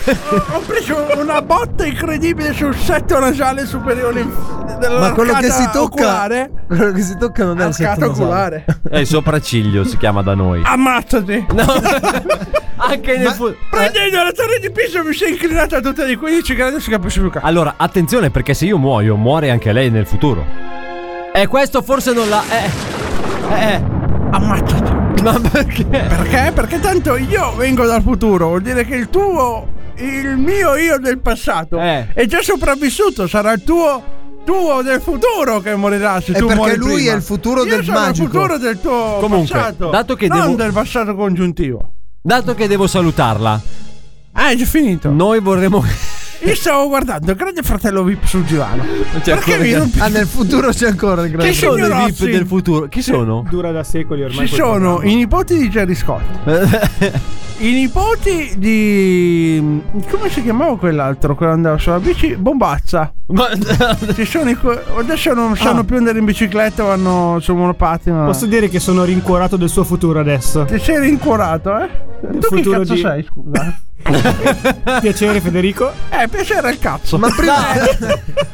Speaker 7: cosa?
Speaker 6: Ho preso una botta incredibile sul setto nasale superiore della
Speaker 17: Ma quello che si tocca.
Speaker 6: Oculare.
Speaker 17: Quello che si tocca non è il
Speaker 6: Arcata
Speaker 17: setto nasale.
Speaker 6: oculare.
Speaker 7: *laughs* È il sopracciglio, si chiama da noi.
Speaker 6: Ammazzati!
Speaker 17: Ah,
Speaker 7: Anche nel fu-
Speaker 6: Prendendo la torre di Pisa mi sei inclinata a tutta di 15 gradi non si capisce più cazzo.
Speaker 7: Allora, attenzione perché se io muoio, muore anche lei nel futuro. E questo forse non la. Eh. Eh.
Speaker 6: Ammazzati!
Speaker 7: Ma perché?
Speaker 6: Perché? Perché tanto io vengo dal futuro, vuol dire che il tuo. Il mio io del passato
Speaker 7: Eh.
Speaker 6: è già sopravvissuto, sarà il tuo. Tuo del futuro che morirà se
Speaker 17: È
Speaker 6: tu
Speaker 17: perché
Speaker 6: muori
Speaker 17: lui
Speaker 6: prima.
Speaker 17: è il futuro
Speaker 6: Io
Speaker 17: del
Speaker 6: sono
Speaker 17: magico.
Speaker 6: il futuro del tuo
Speaker 7: Comunque,
Speaker 6: passato.
Speaker 7: dato che
Speaker 6: non
Speaker 7: devo-
Speaker 6: del passato congiuntivo.
Speaker 7: Dato che devo salutarla,
Speaker 6: Ah, è già finito.
Speaker 7: noi vorremmo.
Speaker 6: Io stavo guardando il grande fratello VIP sul divano.
Speaker 7: C'è
Speaker 6: Perché
Speaker 7: ancora-
Speaker 6: mi rompi?
Speaker 17: Ah, nel futuro c'è ancora il grande.
Speaker 6: Che
Speaker 7: sono i
Speaker 6: signorozzi?
Speaker 7: VIP del futuro? Chi sono?
Speaker 9: Dura da secoli ormai.
Speaker 6: Ci sono i nipoti di Jerry Scott. I nipoti di. come si chiamava quell'altro? Quello andava sulla bici? Bombazza.
Speaker 7: *laughs* Ma-
Speaker 6: Ci sono i que- adesso
Speaker 7: Ah.
Speaker 6: non sanno più andare in bicicletta, vanno sul monopattino.
Speaker 9: Posso dire che sono rincuorato del suo futuro adesso.
Speaker 6: Ti sei rincuorato, eh? Tu che
Speaker 9: futuro
Speaker 6: cazzo
Speaker 9: di-
Speaker 6: sei, *laughs* scusa?
Speaker 9: Piacere Federico.
Speaker 6: eh, piacere al cazzo.
Speaker 17: Ma prima.
Speaker 9: *laughs*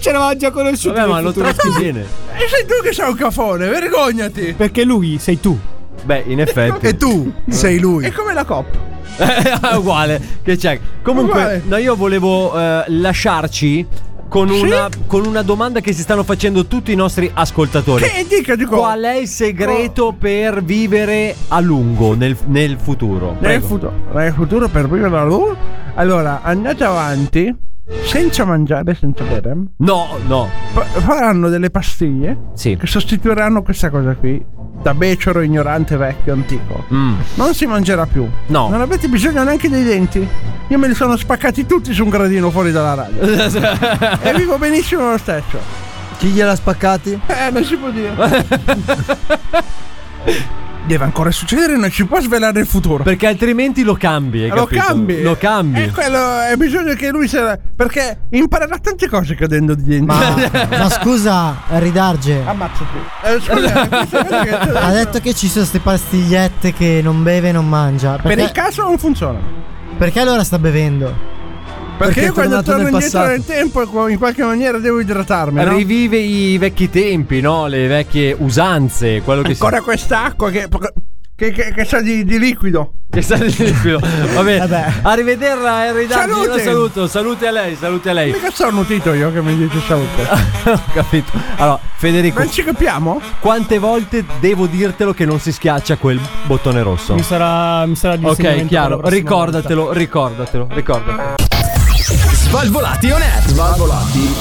Speaker 9: Ci eravamo già conosciuti.
Speaker 7: Vabbè,
Speaker 9: nel
Speaker 7: ma lo
Speaker 9: futuro.
Speaker 7: tratti bene.
Speaker 6: E sei tu che sei un cafone, vergognati.
Speaker 9: Perché lui sei tu.
Speaker 7: Beh, in
Speaker 17: E
Speaker 7: effetti.
Speaker 17: tu sei
Speaker 6: È
Speaker 17: lui.
Speaker 6: come la coppa.
Speaker 7: È *laughs* uguale, che c'è. Comunque,
Speaker 6: Uguale.
Speaker 7: no, io volevo eh, lasciarci con
Speaker 6: Sì?
Speaker 7: una, con una domanda che si stanno facendo tutti i nostri ascoltatori.
Speaker 6: Che ecco. dica di cosa?
Speaker 7: Qual è il segreto per vivere a lungo nel, nel futuro?
Speaker 6: Nel
Speaker 7: Prego.
Speaker 6: futuro, nel futuro per vivere la luna? Allora, andate avanti senza mangiare, senza bere.
Speaker 7: No, no.
Speaker 6: F- faranno delle pastiglie
Speaker 7: Sì.
Speaker 6: che sostituiranno questa cosa qui. Da becero, ignorante, vecchio, antico.
Speaker 7: Mm.
Speaker 6: Non si mangerà più.
Speaker 7: No.
Speaker 6: Non avete bisogno neanche dei denti. Io me li sono spaccati tutti su un gradino fuori dalla radio.
Speaker 7: *laughs*
Speaker 6: e vivo benissimo lo stesso.
Speaker 17: Chi gliel'ha spaccati?
Speaker 6: Eh, non si può
Speaker 17: *laughs*
Speaker 6: dire. Deve ancora succedere, non ci può svelare il futuro.
Speaker 7: Perché altrimenti lo cambi. hai
Speaker 6: lo
Speaker 7: capito?
Speaker 6: cambi. Ecco,
Speaker 7: Lo cambi.
Speaker 6: E quello è bisogno che lui se la- Perché imparerà tante cose cadendo di dentro.
Speaker 18: Ma, ma scusa, Ridarge.
Speaker 6: Ammazzati. Eh, *laughs* scusa, questa cosa che-
Speaker 18: Ha detto che ci sono queste pastigliette che non beve e non mangia.
Speaker 6: per il
Speaker 18: Perché,
Speaker 6: caso non funziona. Perché,
Speaker 18: perché allora sta bevendo?
Speaker 17: Perché
Speaker 6: io
Speaker 17: è
Speaker 6: quando
Speaker 17: tornato
Speaker 6: torno
Speaker 17: nel
Speaker 6: indietro
Speaker 17: passato.
Speaker 6: nel tempo co- in qualche maniera devo idratarmi. no?
Speaker 7: Rivive i vecchi tempi, no? Le vecchie usanze,
Speaker 6: *laughs*
Speaker 7: quello che
Speaker 6: Ancora quest'acqua che, che, che, che sa di, di liquido.
Speaker 7: si. Che sta lì tranquillo. Vabbè.
Speaker 18: Vabbè.
Speaker 7: Arrivederla, Henry Darge,
Speaker 6: Salute.
Speaker 7: la saluto. Salute a lei, salute a lei.
Speaker 6: Mica sono notito io che mi dice salute.
Speaker 7: *laughs* Ho capito. Allora, Federico,
Speaker 6: Non ci capiamo?
Speaker 7: quante volte devo dirtelo che non si schiaccia quel bottone rosso?
Speaker 9: Mi sarà, mi sarà di
Speaker 7: Ok,
Speaker 9: insegnamento per la
Speaker 7: chiaro.
Speaker 9: prossima volta.
Speaker 7: Ricordatelo, ricordatelo, ricordatelo.
Speaker 5: Svalvolati on air.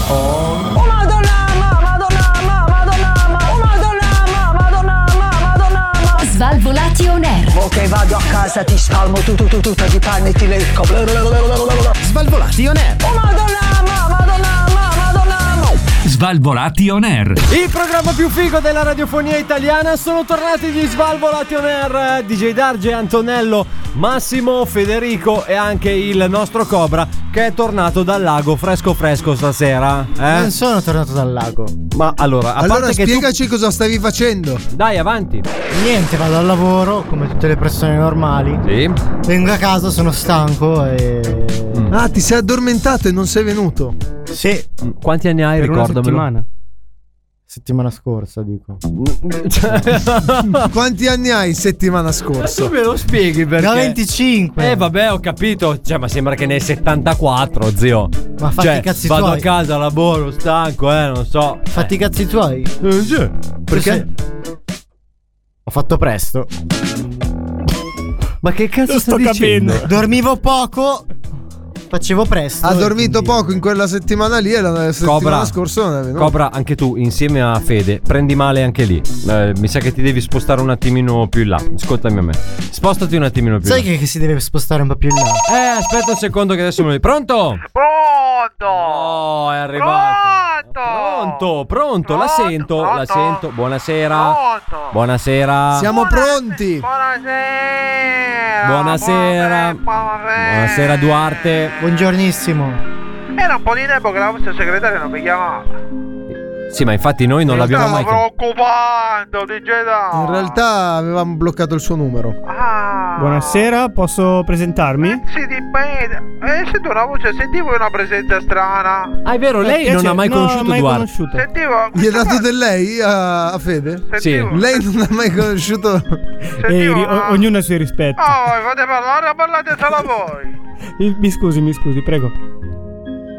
Speaker 2: Oh madonna, ma, madonna, ma, madonna, ma, oh madonna, ma, madonna, ma, madonna, ma.
Speaker 4: Svalvolati on air.
Speaker 2: Ok, vado a casa, ti spalmo tu, tu, tu, tu, ti panni, ti lecco. Blablabla.
Speaker 5: Svalvolati on air.
Speaker 2: Oh madonna, ma, madonna, ma, madonna, ma.
Speaker 19: Svalvolati on air.
Speaker 7: Il programma più figo della radiofonia italiana sono tornati gli Svalvolati on air. DJ Darge, Antonello, Massimo, Federico e anche il nostro Cobra che è tornato dal lago fresco fresco stasera. Eh?
Speaker 18: Non sono tornato dal lago.
Speaker 7: Ma allora, a
Speaker 17: Allora
Speaker 7: parte che tu-
Speaker 17: spiegaci cosa stavi facendo.
Speaker 7: Dai, avanti.
Speaker 18: Niente, vado al lavoro come tutte le persone normali.
Speaker 7: Sì.
Speaker 18: Vengo a casa, sono stanco e.
Speaker 3: Mm.
Speaker 6: Mm.
Speaker 17: Ah, ti sei addormentato e non sei venuto.
Speaker 6: *laughs*
Speaker 18: Sì.
Speaker 7: Quanti anni hai,
Speaker 18: Per una
Speaker 7: ricordamelo?
Speaker 18: settimana. Settimana scorsa, dico.
Speaker 17: Quanti anni hai settimana scorsa?
Speaker 7: me lo spieghi perché?
Speaker 18: Ne ho 25.
Speaker 7: Eh vabbè, ho capito. Cioè, ma sembra che ne hai 74, zio.
Speaker 18: Ma fatti
Speaker 7: cioè,
Speaker 18: i cazzi
Speaker 7: vado
Speaker 18: tuoi.
Speaker 7: a casa, lavoro, stanco, eh, non so. Eh,
Speaker 18: Fatti i cazzi tuoi.
Speaker 7: Perché?
Speaker 18: Ho fatto presto.
Speaker 7: Ma che cazzo
Speaker 18: Lo
Speaker 7: sta dicendo?
Speaker 18: Dormivo poco. Facevo presto.
Speaker 17: Ha dormito poco in quella settimana lì e la settimana
Speaker 7: Cobra.
Speaker 17: scorsa non è venuto.
Speaker 7: Cobra, anche tu, insieme a Fede, prendi male anche lì. Eh, mi sa che ti devi spostare un attimino più in là. Ascoltami a me. Spostati un attimino più
Speaker 18: Sai
Speaker 7: in
Speaker 18: che, che si deve spostare un po' più in là?
Speaker 7: là. Eh, aspetta un secondo che adesso me lo... Pronto?
Speaker 3: Pronto?
Speaker 7: Oh, è arrivato. Pronto? Pronto, la sento, la sento. Buonasera.
Speaker 3: Pronto?
Speaker 6: Ah.
Speaker 7: Buonasera.
Speaker 17: Siamo pronti.
Speaker 2: Eh.
Speaker 3: Buonasera.
Speaker 7: Buonasera. Buonasera Duarte.
Speaker 18: Buongiornissimo.
Speaker 3: Era un po' di tempo che la vostra segretaria non mi chiamava.
Speaker 7: Sì, ma infatti noi non l'abbiamo mai chiamato.
Speaker 3: preoccupando, DJ Da.
Speaker 17: In realtà avevamo bloccato il suo numero.
Speaker 9: Buonasera, posso presentarmi?
Speaker 3: Ah, Si dipende. Eh, sento una voce, sentivo una presenza strana.
Speaker 7: Ah, è vero, lei
Speaker 9: Eh,
Speaker 7: non
Speaker 9: cioè,
Speaker 7: ha mai
Speaker 9: no,
Speaker 7: conosciuto
Speaker 9: mai
Speaker 7: Duarte.
Speaker 9: conosciuto.
Speaker 3: Sentivo.
Speaker 17: Gli hai dato del lei a, a Fede?
Speaker 7: Sentivo. Sì.
Speaker 17: Lei non ha mai conosciuto.
Speaker 9: Ehi, ri-
Speaker 3: ah.
Speaker 9: o- ognuno ha i suoi rispetti.
Speaker 3: Oh, voi fate parlare, parlate solo voi.
Speaker 9: Eh, Mi scusi, mi scusi, prego.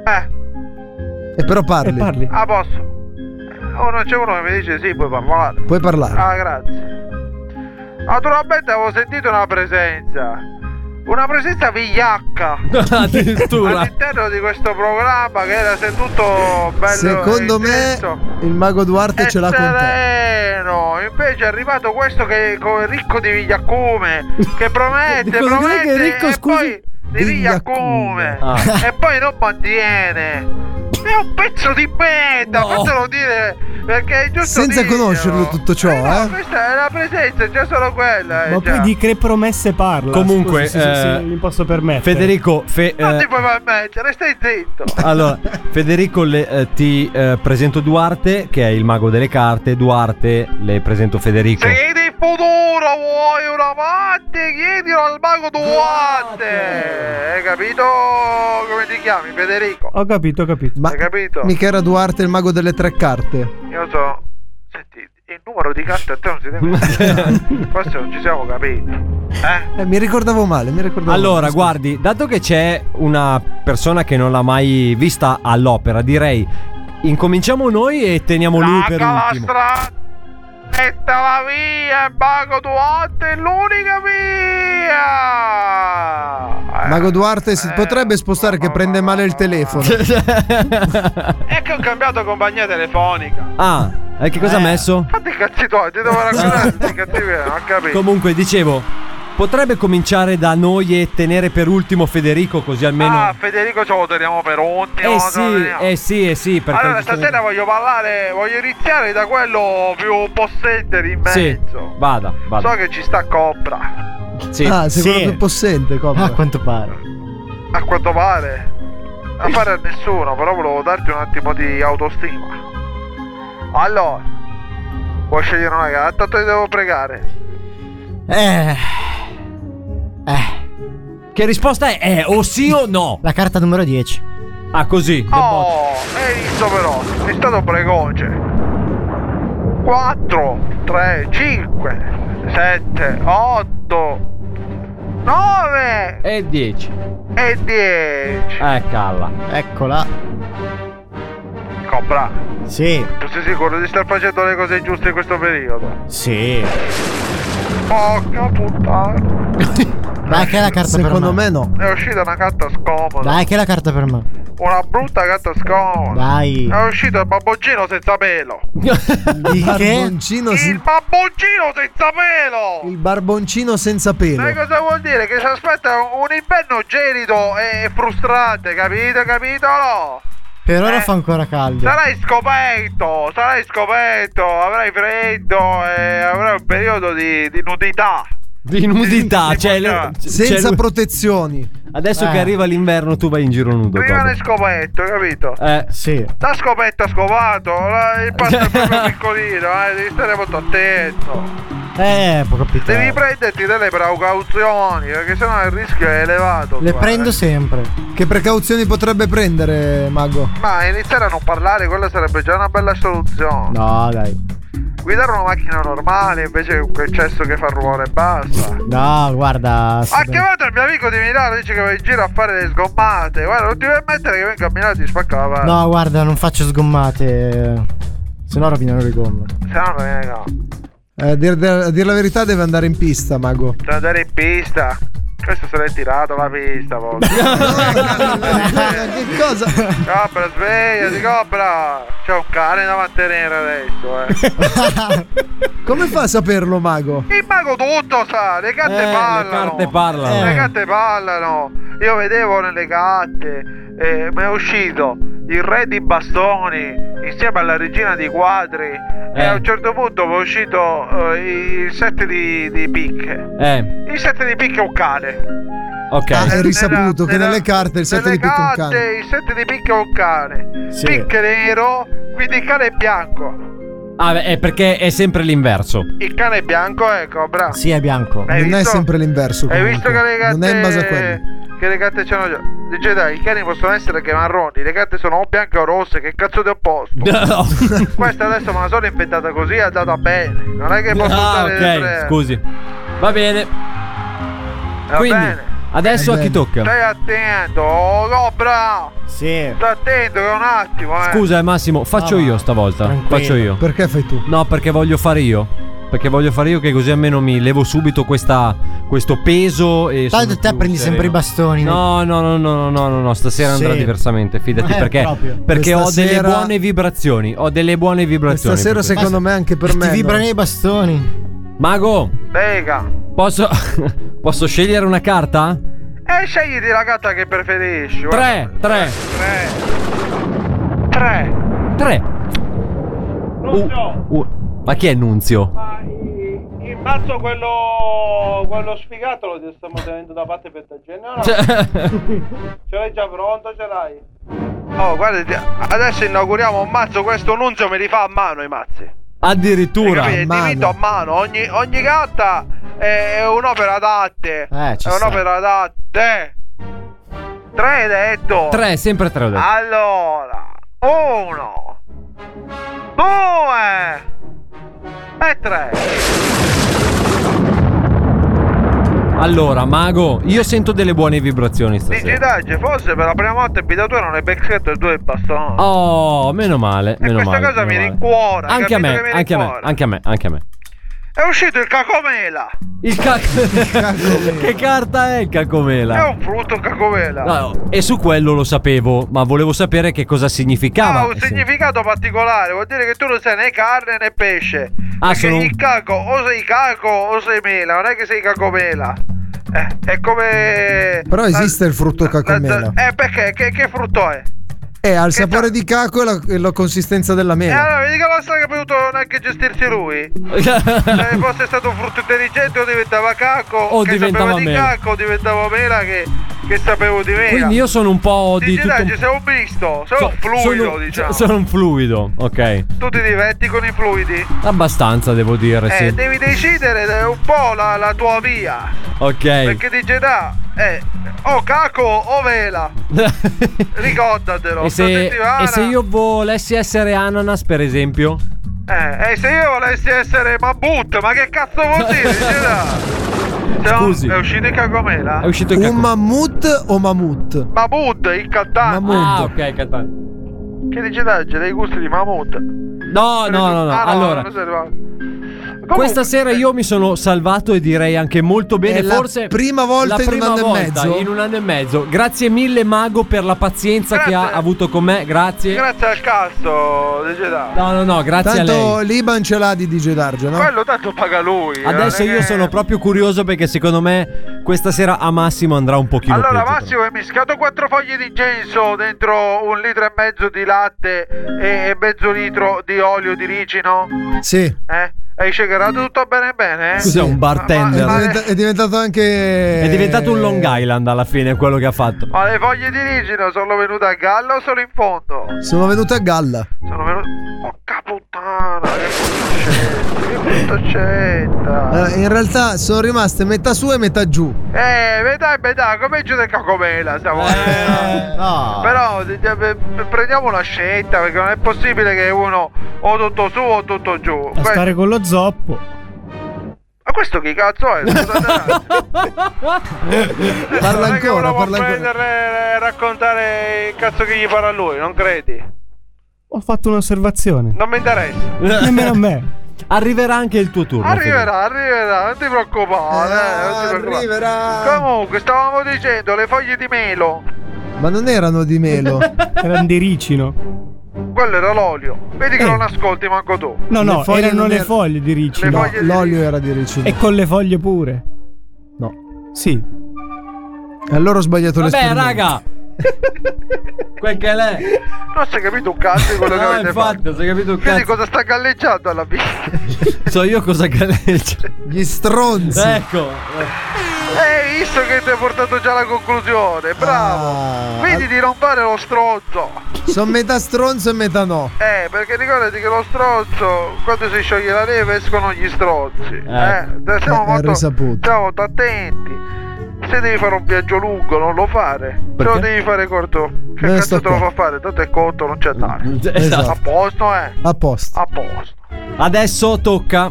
Speaker 3: Eh,
Speaker 17: E però parli.
Speaker 9: E
Speaker 6: Eh,
Speaker 9: parli.
Speaker 3: a posto. Oh, non c'è uno che mi dice sì, puoi parlare.
Speaker 17: Puoi parlare.
Speaker 3: Ah, grazie. Naturalmente avevo sentito una presenza. Una presenza vigliacca.
Speaker 7: *laughs* Addirittura.
Speaker 3: all'interno di questo programma che era seduto bello
Speaker 17: Secondo me
Speaker 3: intenso
Speaker 17: il mago Duarte
Speaker 3: e
Speaker 17: ce l'ha con te.
Speaker 3: sereno invece è arrivato questo che co- ricco di
Speaker 17: *laughs*
Speaker 3: vigliaccume che promette
Speaker 17: Cosa cos'è
Speaker 3: promette
Speaker 17: che è ricco,
Speaker 3: e
Speaker 17: scusi?
Speaker 3: eh, poi di vigliaccume
Speaker 7: Ah.
Speaker 3: e poi non mantiene è un pezzo di merda fatelo dire perché è giusto
Speaker 17: Senza
Speaker 3: dirlo.
Speaker 17: conoscerlo tutto ciò,
Speaker 3: Eh no,
Speaker 17: eh.
Speaker 3: questa è la presenza è già solo quella eh,
Speaker 9: Ma
Speaker 3: già.
Speaker 9: poi di che promesse parla?
Speaker 7: Comunque,
Speaker 9: Scusi, se- se
Speaker 7: eh,
Speaker 9: mi posso permettere.
Speaker 7: Federico, fe-
Speaker 3: non
Speaker 7: eh,
Speaker 3: ti puoi permettere stai zitto
Speaker 7: Allora, Federico, le- eh, ti eh, presento Duarte, che è il mago delle carte. Duarte, le presento Federico.
Speaker 3: Chiedi il futuro, vuoi una parte? Chiedilo al mago Duarte! Eh, Hai capito come ti chiami, Federico?
Speaker 9: Ho capito, ho capito.
Speaker 17: Ma
Speaker 3: Hai capito?
Speaker 17: mica era Duarte il mago delle tre carte.
Speaker 3: Io so. Senti, il numero di carta a te non si
Speaker 7: *laughs*
Speaker 3: deve. Forse non ci siamo capiti. Eh?
Speaker 17: Eh, mi ricordavo male, mi ricordavo
Speaker 7: Allora,
Speaker 17: male.
Speaker 7: guardi, dato che c'è una persona che non l'ha mai vista all'opera, direi incominciamo noi e teniamo lui per
Speaker 3: Sacca la
Speaker 7: ultimo.
Speaker 3: strada! Mettala via, il mago Duarte è l'unica via! Eh,
Speaker 17: Mago Duarte si potrebbe spostare che prende male il telefono.
Speaker 3: È che ho cambiato compagnia telefonica.
Speaker 7: *laughs* ah, eh, che cosa ha messo?
Speaker 3: Fatti i cazzi tuoi, ti
Speaker 7: *laughs*
Speaker 3: devo raccontare questi cattivi, non ho capito.
Speaker 7: Comunque, dicevo, potrebbe cominciare da noi e tenere per ultimo Federico, così almeno.
Speaker 3: Ah, Federico ce lo teniamo per ultimo.
Speaker 7: eh
Speaker 3: ce lo
Speaker 7: sì,
Speaker 3: teniamo.
Speaker 7: eh sì, eh sì, perché.
Speaker 3: allora,
Speaker 7: giustamente-
Speaker 3: stasera voglio parlare, voglio iniziare da quello più possente di
Speaker 7: Sì,
Speaker 3: mezzo.
Speaker 7: vada,
Speaker 3: So
Speaker 7: vada.
Speaker 3: che ci sta Cobra,
Speaker 7: Sì.
Speaker 17: Ah, sei
Speaker 18: Sì.
Speaker 17: quello più possente, Cobra.
Speaker 9: Ah,
Speaker 3: Ah,
Speaker 18: A quanto pare.
Speaker 3: a quanto pare. Non fare a nessuno, però volevo darti un attimo di autostima. Allora, vuoi scegliere una gara? Tanto ti devo pregare.
Speaker 18: Eh. Eh.
Speaker 7: Che risposta è? Eh, o sì o no?
Speaker 18: La carta numero 10.
Speaker 7: Ah, così. del botto.
Speaker 3: Oh, hai visto però, è stato precoce. 4, 3, 5, 7, 8, 9
Speaker 7: E 10.
Speaker 3: e 10.
Speaker 7: Eh, calla.
Speaker 18: Eccola.
Speaker 3: Cobra,
Speaker 18: Sì.
Speaker 3: tu sei sicuro di star facendo le cose giuste in questo periodo?
Speaker 18: Sì.
Speaker 3: Porca puttana.
Speaker 18: Dai che è la carta
Speaker 17: Secondo
Speaker 18: per me.
Speaker 17: me
Speaker 7: *laughs*
Speaker 17: no.
Speaker 3: eh. È uscita una carta scomoda.
Speaker 18: Dai che è la carta per me.
Speaker 3: Una brutta carta scomoda.
Speaker 18: Dai.
Speaker 3: È uscito il babboncino senza pelo.
Speaker 18: Di che?
Speaker 17: Barboncino
Speaker 3: Il
Speaker 17: sen-
Speaker 3: babboncino senza pelo!
Speaker 17: il barboncino senza
Speaker 3: Sai
Speaker 17: pelo.
Speaker 3: cosa vuol dire? Che si aspetta un inverno gelido e frustrante, capito? Capito? No?
Speaker 18: Per ora fa ancora caldo.
Speaker 3: Sarai scoperto, sarai scoperto, avrai freddo e avrai un periodo di, di nudità.
Speaker 7: Di nudità, cioè, le- c-
Speaker 17: Senza
Speaker 7: c'è lui-
Speaker 17: protezioni.
Speaker 7: Adesso
Speaker 17: Eh.
Speaker 7: che arriva l'inverno tu vai in giro nudo.
Speaker 3: Prima l'hai
Speaker 7: Toby.
Speaker 3: scoperto, capito?
Speaker 7: Eh, sì.
Speaker 3: L'ha scoperto, ha scovato, la- il pasto è proprio piccolino, eh, devi stare molto attento.
Speaker 18: Eh, può capitare.
Speaker 9: Certo.
Speaker 3: Devi prenderti delle precauzioni, perché sennò il rischio è elevato.
Speaker 17: Le
Speaker 3: qua,
Speaker 17: prendo
Speaker 3: eh.
Speaker 17: sempre. Che precauzioni potrebbe prendere, Mago?
Speaker 3: Ma iniziare a non parlare, quella sarebbe già una bella soluzione.
Speaker 18: No, dai.
Speaker 3: Guidare una macchina normale invece che quel cesso che fa rumore e basta.
Speaker 18: No, guarda.
Speaker 3: Ha chiamato il mio amico di Milano, dice che va in giro a fare le sgommate. Guarda, non ti vuoi mettere che venga a Milano e ti spacca la parte.
Speaker 18: No, guarda, non faccio sgommate. Se no rovinano le gomme.
Speaker 3: Se no, non viene, no.
Speaker 17: Eh, a dir, a dir la verità, deve andare in pista, Mago.
Speaker 3: Devo andare in pista. Questo se l'è tirato la pista, poi.
Speaker 17: che cosa?
Speaker 3: Cobra, svegliati, Cobra! C'è un cane da mantenere adesso,
Speaker 17: *laughs*
Speaker 3: eh.
Speaker 17: *laughs* Come fa a saperlo, Mago?
Speaker 3: Il mago tutto sa, le
Speaker 17: Eh,
Speaker 3: gatte
Speaker 17: le
Speaker 3: parlano.
Speaker 17: carte parlano.
Speaker 3: Le
Speaker 17: Eh.
Speaker 3: gatte parlano. Io vedevo nelle gatte, eh, mi è uscito il re di bastoni insieme alla regina di quadri. E
Speaker 7: Eh.
Speaker 3: a un certo punto mi è uscito eh, il set di, di picche.
Speaker 7: Eh,
Speaker 3: Il set di picche è un cane.
Speaker 7: ok.
Speaker 17: Ah,
Speaker 3: Eh,
Speaker 17: è risaputo
Speaker 3: Nella-
Speaker 17: che
Speaker 3: nella-
Speaker 17: nelle carte il set
Speaker 3: nelle
Speaker 17: di picco un cane.
Speaker 3: gatte il set di picche è un cane.
Speaker 7: Sì.
Speaker 3: Picche nero, quindi il cane è bianco.
Speaker 7: Ah, beh, è perché è sempre l'inverso.
Speaker 3: Il cane è bianco, ecco, bravo.
Speaker 18: Sì, è
Speaker 7: *laughs*
Speaker 18: bianco.
Speaker 3: Hai
Speaker 17: non è
Speaker 3: visto?
Speaker 17: sempre l'inverso.
Speaker 3: Hai
Speaker 17: comunque.
Speaker 3: visto che le gatte
Speaker 17: Non è in base a quello.
Speaker 3: Che le gatte c'hanno già. Dice dai, i cani possono essere che marroni, le gatte sono o bianche o rosse, che cazzo ti ho posto? Questa adesso me la sono inventata così è andata bene. Non è che posso
Speaker 7: Ah,
Speaker 3: usare le
Speaker 7: ok,
Speaker 3: tre.
Speaker 7: scusi. Va bene.
Speaker 3: Va
Speaker 7: Quindi,
Speaker 3: bene.
Speaker 7: adesso a chi tocca?
Speaker 3: Stai attento, oh no, bravo!
Speaker 18: Sì.
Speaker 3: Stai attento che è un attimo, eh!
Speaker 7: Scusa, eh, Massimo, faccio
Speaker 3: Ah,
Speaker 7: io stavolta.
Speaker 3: tranquillo.
Speaker 7: Faccio io.
Speaker 17: Perché fai tu?
Speaker 7: No, perché voglio fare io. Perché voglio fare io che così almeno mi levo subito questa, questo peso e
Speaker 18: Tanto
Speaker 7: sono
Speaker 18: te
Speaker 7: più
Speaker 18: prendi sempre i
Speaker 7: sereno.
Speaker 18: bastoni.
Speaker 7: No, no, no, no, no, no, no, no, stasera andrà
Speaker 18: Sì.
Speaker 7: diversamente, fidati,
Speaker 18: Eh,
Speaker 7: perché,
Speaker 18: proprio.
Speaker 7: perché ho
Speaker 18: Questa
Speaker 7: delle
Speaker 18: sera-
Speaker 7: buone vibrazioni, ho delle buone vibrazioni.
Speaker 17: Stasera,
Speaker 7: per questo.
Speaker 17: secondo me, anche per
Speaker 18: Ti
Speaker 17: me.
Speaker 18: vibra
Speaker 17: no.
Speaker 18: nei bastoni.
Speaker 7: Mago,
Speaker 3: Venga!
Speaker 7: posso, *laughs* posso scegliere una carta?
Speaker 3: E Eh, scegliti la gatta che preferisci.
Speaker 7: Tre, tre,
Speaker 3: Tre. Tre.
Speaker 7: tre. Uh, uh, ma chi è Nunzio?
Speaker 3: Il mazzo quello. quello sfigato lo ti stiamo tenendo da parte per te. No, no.
Speaker 7: Cioè,
Speaker 3: ce l'hai già pronto, ce l'hai. Oh, guarda, ti- adesso inauguriamo un mazzo, questo nunzio me li fa a mano i mazzi.
Speaker 7: *laughs* Addirittura.
Speaker 3: Capito? Divido a mano, ogni, ogni gatta è, è un'opera d'arte.
Speaker 7: Eh, ci
Speaker 3: è
Speaker 7: sta.
Speaker 3: un'opera d'arte. Tre hai detto.
Speaker 7: Tre, sempre tre ho detto.
Speaker 3: Allora, uno, due e tre.
Speaker 7: Allora, Mago, io sento delle buone vibrazioni stasera.
Speaker 3: Digidagge, forse per la prima volta in vita tua non hai beccato il tuo il bastone.
Speaker 7: Oh, meno male, meno
Speaker 3: Questa
Speaker 7: male.
Speaker 3: cosa mi
Speaker 7: meno male.
Speaker 3: rincuora.
Speaker 7: Anche a me,
Speaker 3: capito che mi
Speaker 7: anche a me,
Speaker 3: rincuora?
Speaker 7: anche a me, anche a me.
Speaker 3: È uscito il cacomela.
Speaker 7: Il cacomela. *laughs* che carta è il
Speaker 3: È
Speaker 7: cacomela?
Speaker 3: un frutto cacomela.
Speaker 7: No, e su quello lo sapevo, ma volevo sapere che cosa significava.
Speaker 3: ha Ah, un significato particolare, vuol dire che tu non sei né carne né pesce.
Speaker 7: Ah,
Speaker 3: Perché
Speaker 7: sono un-
Speaker 3: il caco o sei caco o sei mela, non è che sei cacomela. Eh, è come.
Speaker 17: Però esiste il frutto cacomela.
Speaker 3: Eh, perché? Che, che frutto è?
Speaker 17: Eh, ha il sapore di caco e la, e la consistenza della
Speaker 3: E
Speaker 17: mela.
Speaker 3: allora, vedi che non ha potuto neanche gestirsi lui. Se fosse stato un frutto intelligente, o diventava caco,
Speaker 7: O
Speaker 3: che
Speaker 7: diventava
Speaker 3: sapeva di
Speaker 7: mela.
Speaker 3: caco, o diventava mela che, che sapevo di mela.
Speaker 7: *laughs* Quindi io sono un po' di
Speaker 3: Dice,
Speaker 7: tutto.
Speaker 3: dai,
Speaker 7: un-
Speaker 3: ci sei un misto, sei un fluido,
Speaker 7: sono,
Speaker 3: diciamo.
Speaker 7: sono un fluido, ok.
Speaker 3: Tu ti diverti con i fluidi.
Speaker 7: Abbastanza devo dire,
Speaker 3: Eh,
Speaker 7: sì.
Speaker 3: devi decidere eh, un po' la, la tua via.
Speaker 7: Ok.
Speaker 3: Perché dice da, eh, o caco o vela. Ricordatelo.
Speaker 7: *laughs* E se,
Speaker 3: sta settimana-
Speaker 7: e se io volessi essere ananas, per esempio?
Speaker 3: Eh, e se io volessi essere Mabut, ma che
Speaker 7: *laughs*
Speaker 3: cazzo vuol dire? Dice da. Se no,
Speaker 7: Scusi.
Speaker 3: È uscito il cacomela?
Speaker 7: È uscito il
Speaker 17: Un
Speaker 7: cacomela.
Speaker 17: mammut o mammut?
Speaker 3: Mabut, il cantante.
Speaker 7: Ah, ok, cantante.
Speaker 3: Che dice da, c'è dei gusti di Mamut.
Speaker 7: No, no, no, no.
Speaker 3: Ah,
Speaker 7: allora,
Speaker 3: non sei arrivato. Ok,
Speaker 7: Questa sera io mi sono salvato e direi anche molto bene.
Speaker 17: È la
Speaker 7: forse
Speaker 17: prima volta
Speaker 7: la
Speaker 17: in un
Speaker 7: prima
Speaker 17: anno e
Speaker 7: volta
Speaker 17: mezzo.
Speaker 7: in un anno e mezzo. Grazie mille, Mago, per la pazienza che ha avuto con me. Grazie.
Speaker 3: Grazie al cazzo, De Jedi.
Speaker 7: No, no, no, grazie a lei.
Speaker 17: Tanto l'Iban ce l'ha di DJ Darge, no?
Speaker 3: Quello tanto paga lui. eh,
Speaker 7: Adesso
Speaker 3: non è
Speaker 7: io
Speaker 3: che-
Speaker 7: sono proprio curioso perché secondo me questa sera a Massimo andrà un pochino
Speaker 3: Allora
Speaker 7: peggio.
Speaker 3: Massimo è mischiato quattro foglie di genso dentro un litro e mezzo di latte e, e mezzo litro di olio di ricino.
Speaker 17: Sì.
Speaker 3: Eh? E shakerà tutto bene bene, eh?
Speaker 7: Cos'è un bartender?
Speaker 17: È, diventa- è diventato anche.
Speaker 7: È diventato un Long
Speaker 17: Eh.
Speaker 7: Island alla fine quello che ha fatto.
Speaker 3: Ma le foglie di ricino sono venute a galla o sono in fondo?
Speaker 17: Sono venuto a galla.
Speaker 3: Sono venute... Porca puttana, che brutta
Speaker 7: *laughs*
Speaker 3: scelta, che brutta scelta.
Speaker 17: Eh, in realtà sono rimaste metà su e metà giù.
Speaker 3: Eh, metà e metà, come giù del cacomela stiamo eh,
Speaker 9: Ah,
Speaker 17: no.
Speaker 3: Però d- d- p- eh, prendiamo una scelta perché non è possibile che uno o tutto su o tutto giù.
Speaker 9: A
Speaker 3: Beh,
Speaker 9: stare con lo zoppo.
Speaker 3: Ma questo chi cazzo
Speaker 17: *laughs*
Speaker 3: è? Scusate,
Speaker 17: Parla
Speaker 3: non è che
Speaker 17: ancora,
Speaker 3: uno può
Speaker 17: parla ancora.
Speaker 3: prendere e raccontare il cazzo che gli farà lui, non credi?
Speaker 9: Ho fatto un'osservazione.
Speaker 3: Non mi interessa.
Speaker 17: Eh.
Speaker 9: Nemmeno a me.
Speaker 7: Arriverà anche il tuo turno.
Speaker 3: Arriverà, arriverà, non ti preoccupare. eh, non ti preoccupare.
Speaker 17: Ah,
Speaker 3: Comunque, stavamo dicendo le foglie di melo.
Speaker 17: Ma non erano di
Speaker 3: *laughs*
Speaker 17: melo.
Speaker 9: Erano di ricino.
Speaker 3: Quello era l'olio. Vedi
Speaker 17: Eh.
Speaker 3: che non ascolti manco tu.
Speaker 9: No, no,
Speaker 17: Le foglie
Speaker 9: erano
Speaker 17: non
Speaker 9: le
Speaker 17: er-
Speaker 9: foglie di ricino.
Speaker 17: No, l'olio era di ricino.
Speaker 9: E con le foglie pure.
Speaker 17: No.
Speaker 9: Sì. Ecco.
Speaker 17: E allora ho sbagliato le
Speaker 7: Vabbè, *laughs* raga. Quel che è lei.
Speaker 3: Non si è capito un cazzo di
Speaker 17: *laughs*
Speaker 3: quello
Speaker 17: Eh,
Speaker 3: che
Speaker 7: No,
Speaker 3: avete
Speaker 7: infatti,
Speaker 3: fatto.
Speaker 7: non si è capito un
Speaker 3: Vedi
Speaker 7: cazzo.
Speaker 3: cosa sta galleggiando alla fine.
Speaker 17: *laughs*
Speaker 7: So io cosa galleggia.
Speaker 17: Gli stronzi.
Speaker 9: Eh.
Speaker 7: Ecco.
Speaker 3: Eh, Hai visto che ti hai portato già alla conclusione, bravo!
Speaker 17: Ah.
Speaker 3: Vedi di non fare lo stronzo!
Speaker 17: Sono metà stronzo e metà no.
Speaker 3: Eh, perché ricordati che lo stronzo, quando si scioglie la neve escono gli stronzi. Eh,
Speaker 17: Ecco.
Speaker 3: siamo,
Speaker 17: Eh, è
Speaker 3: molto,
Speaker 17: risaputo.
Speaker 3: siamo molto attenti. Se devi fare un viaggio lungo non lo fare, se lo
Speaker 17: Perché?
Speaker 3: devi fare corto, che
Speaker 17: Eh,
Speaker 3: cazzo
Speaker 17: sto
Speaker 3: te lo
Speaker 17: qua.
Speaker 3: fa fare? Tanto è corto, non c'è tale.
Speaker 17: Esatto.
Speaker 3: A posto, eh?
Speaker 17: A posto.
Speaker 3: A posto.
Speaker 7: Adesso tocca.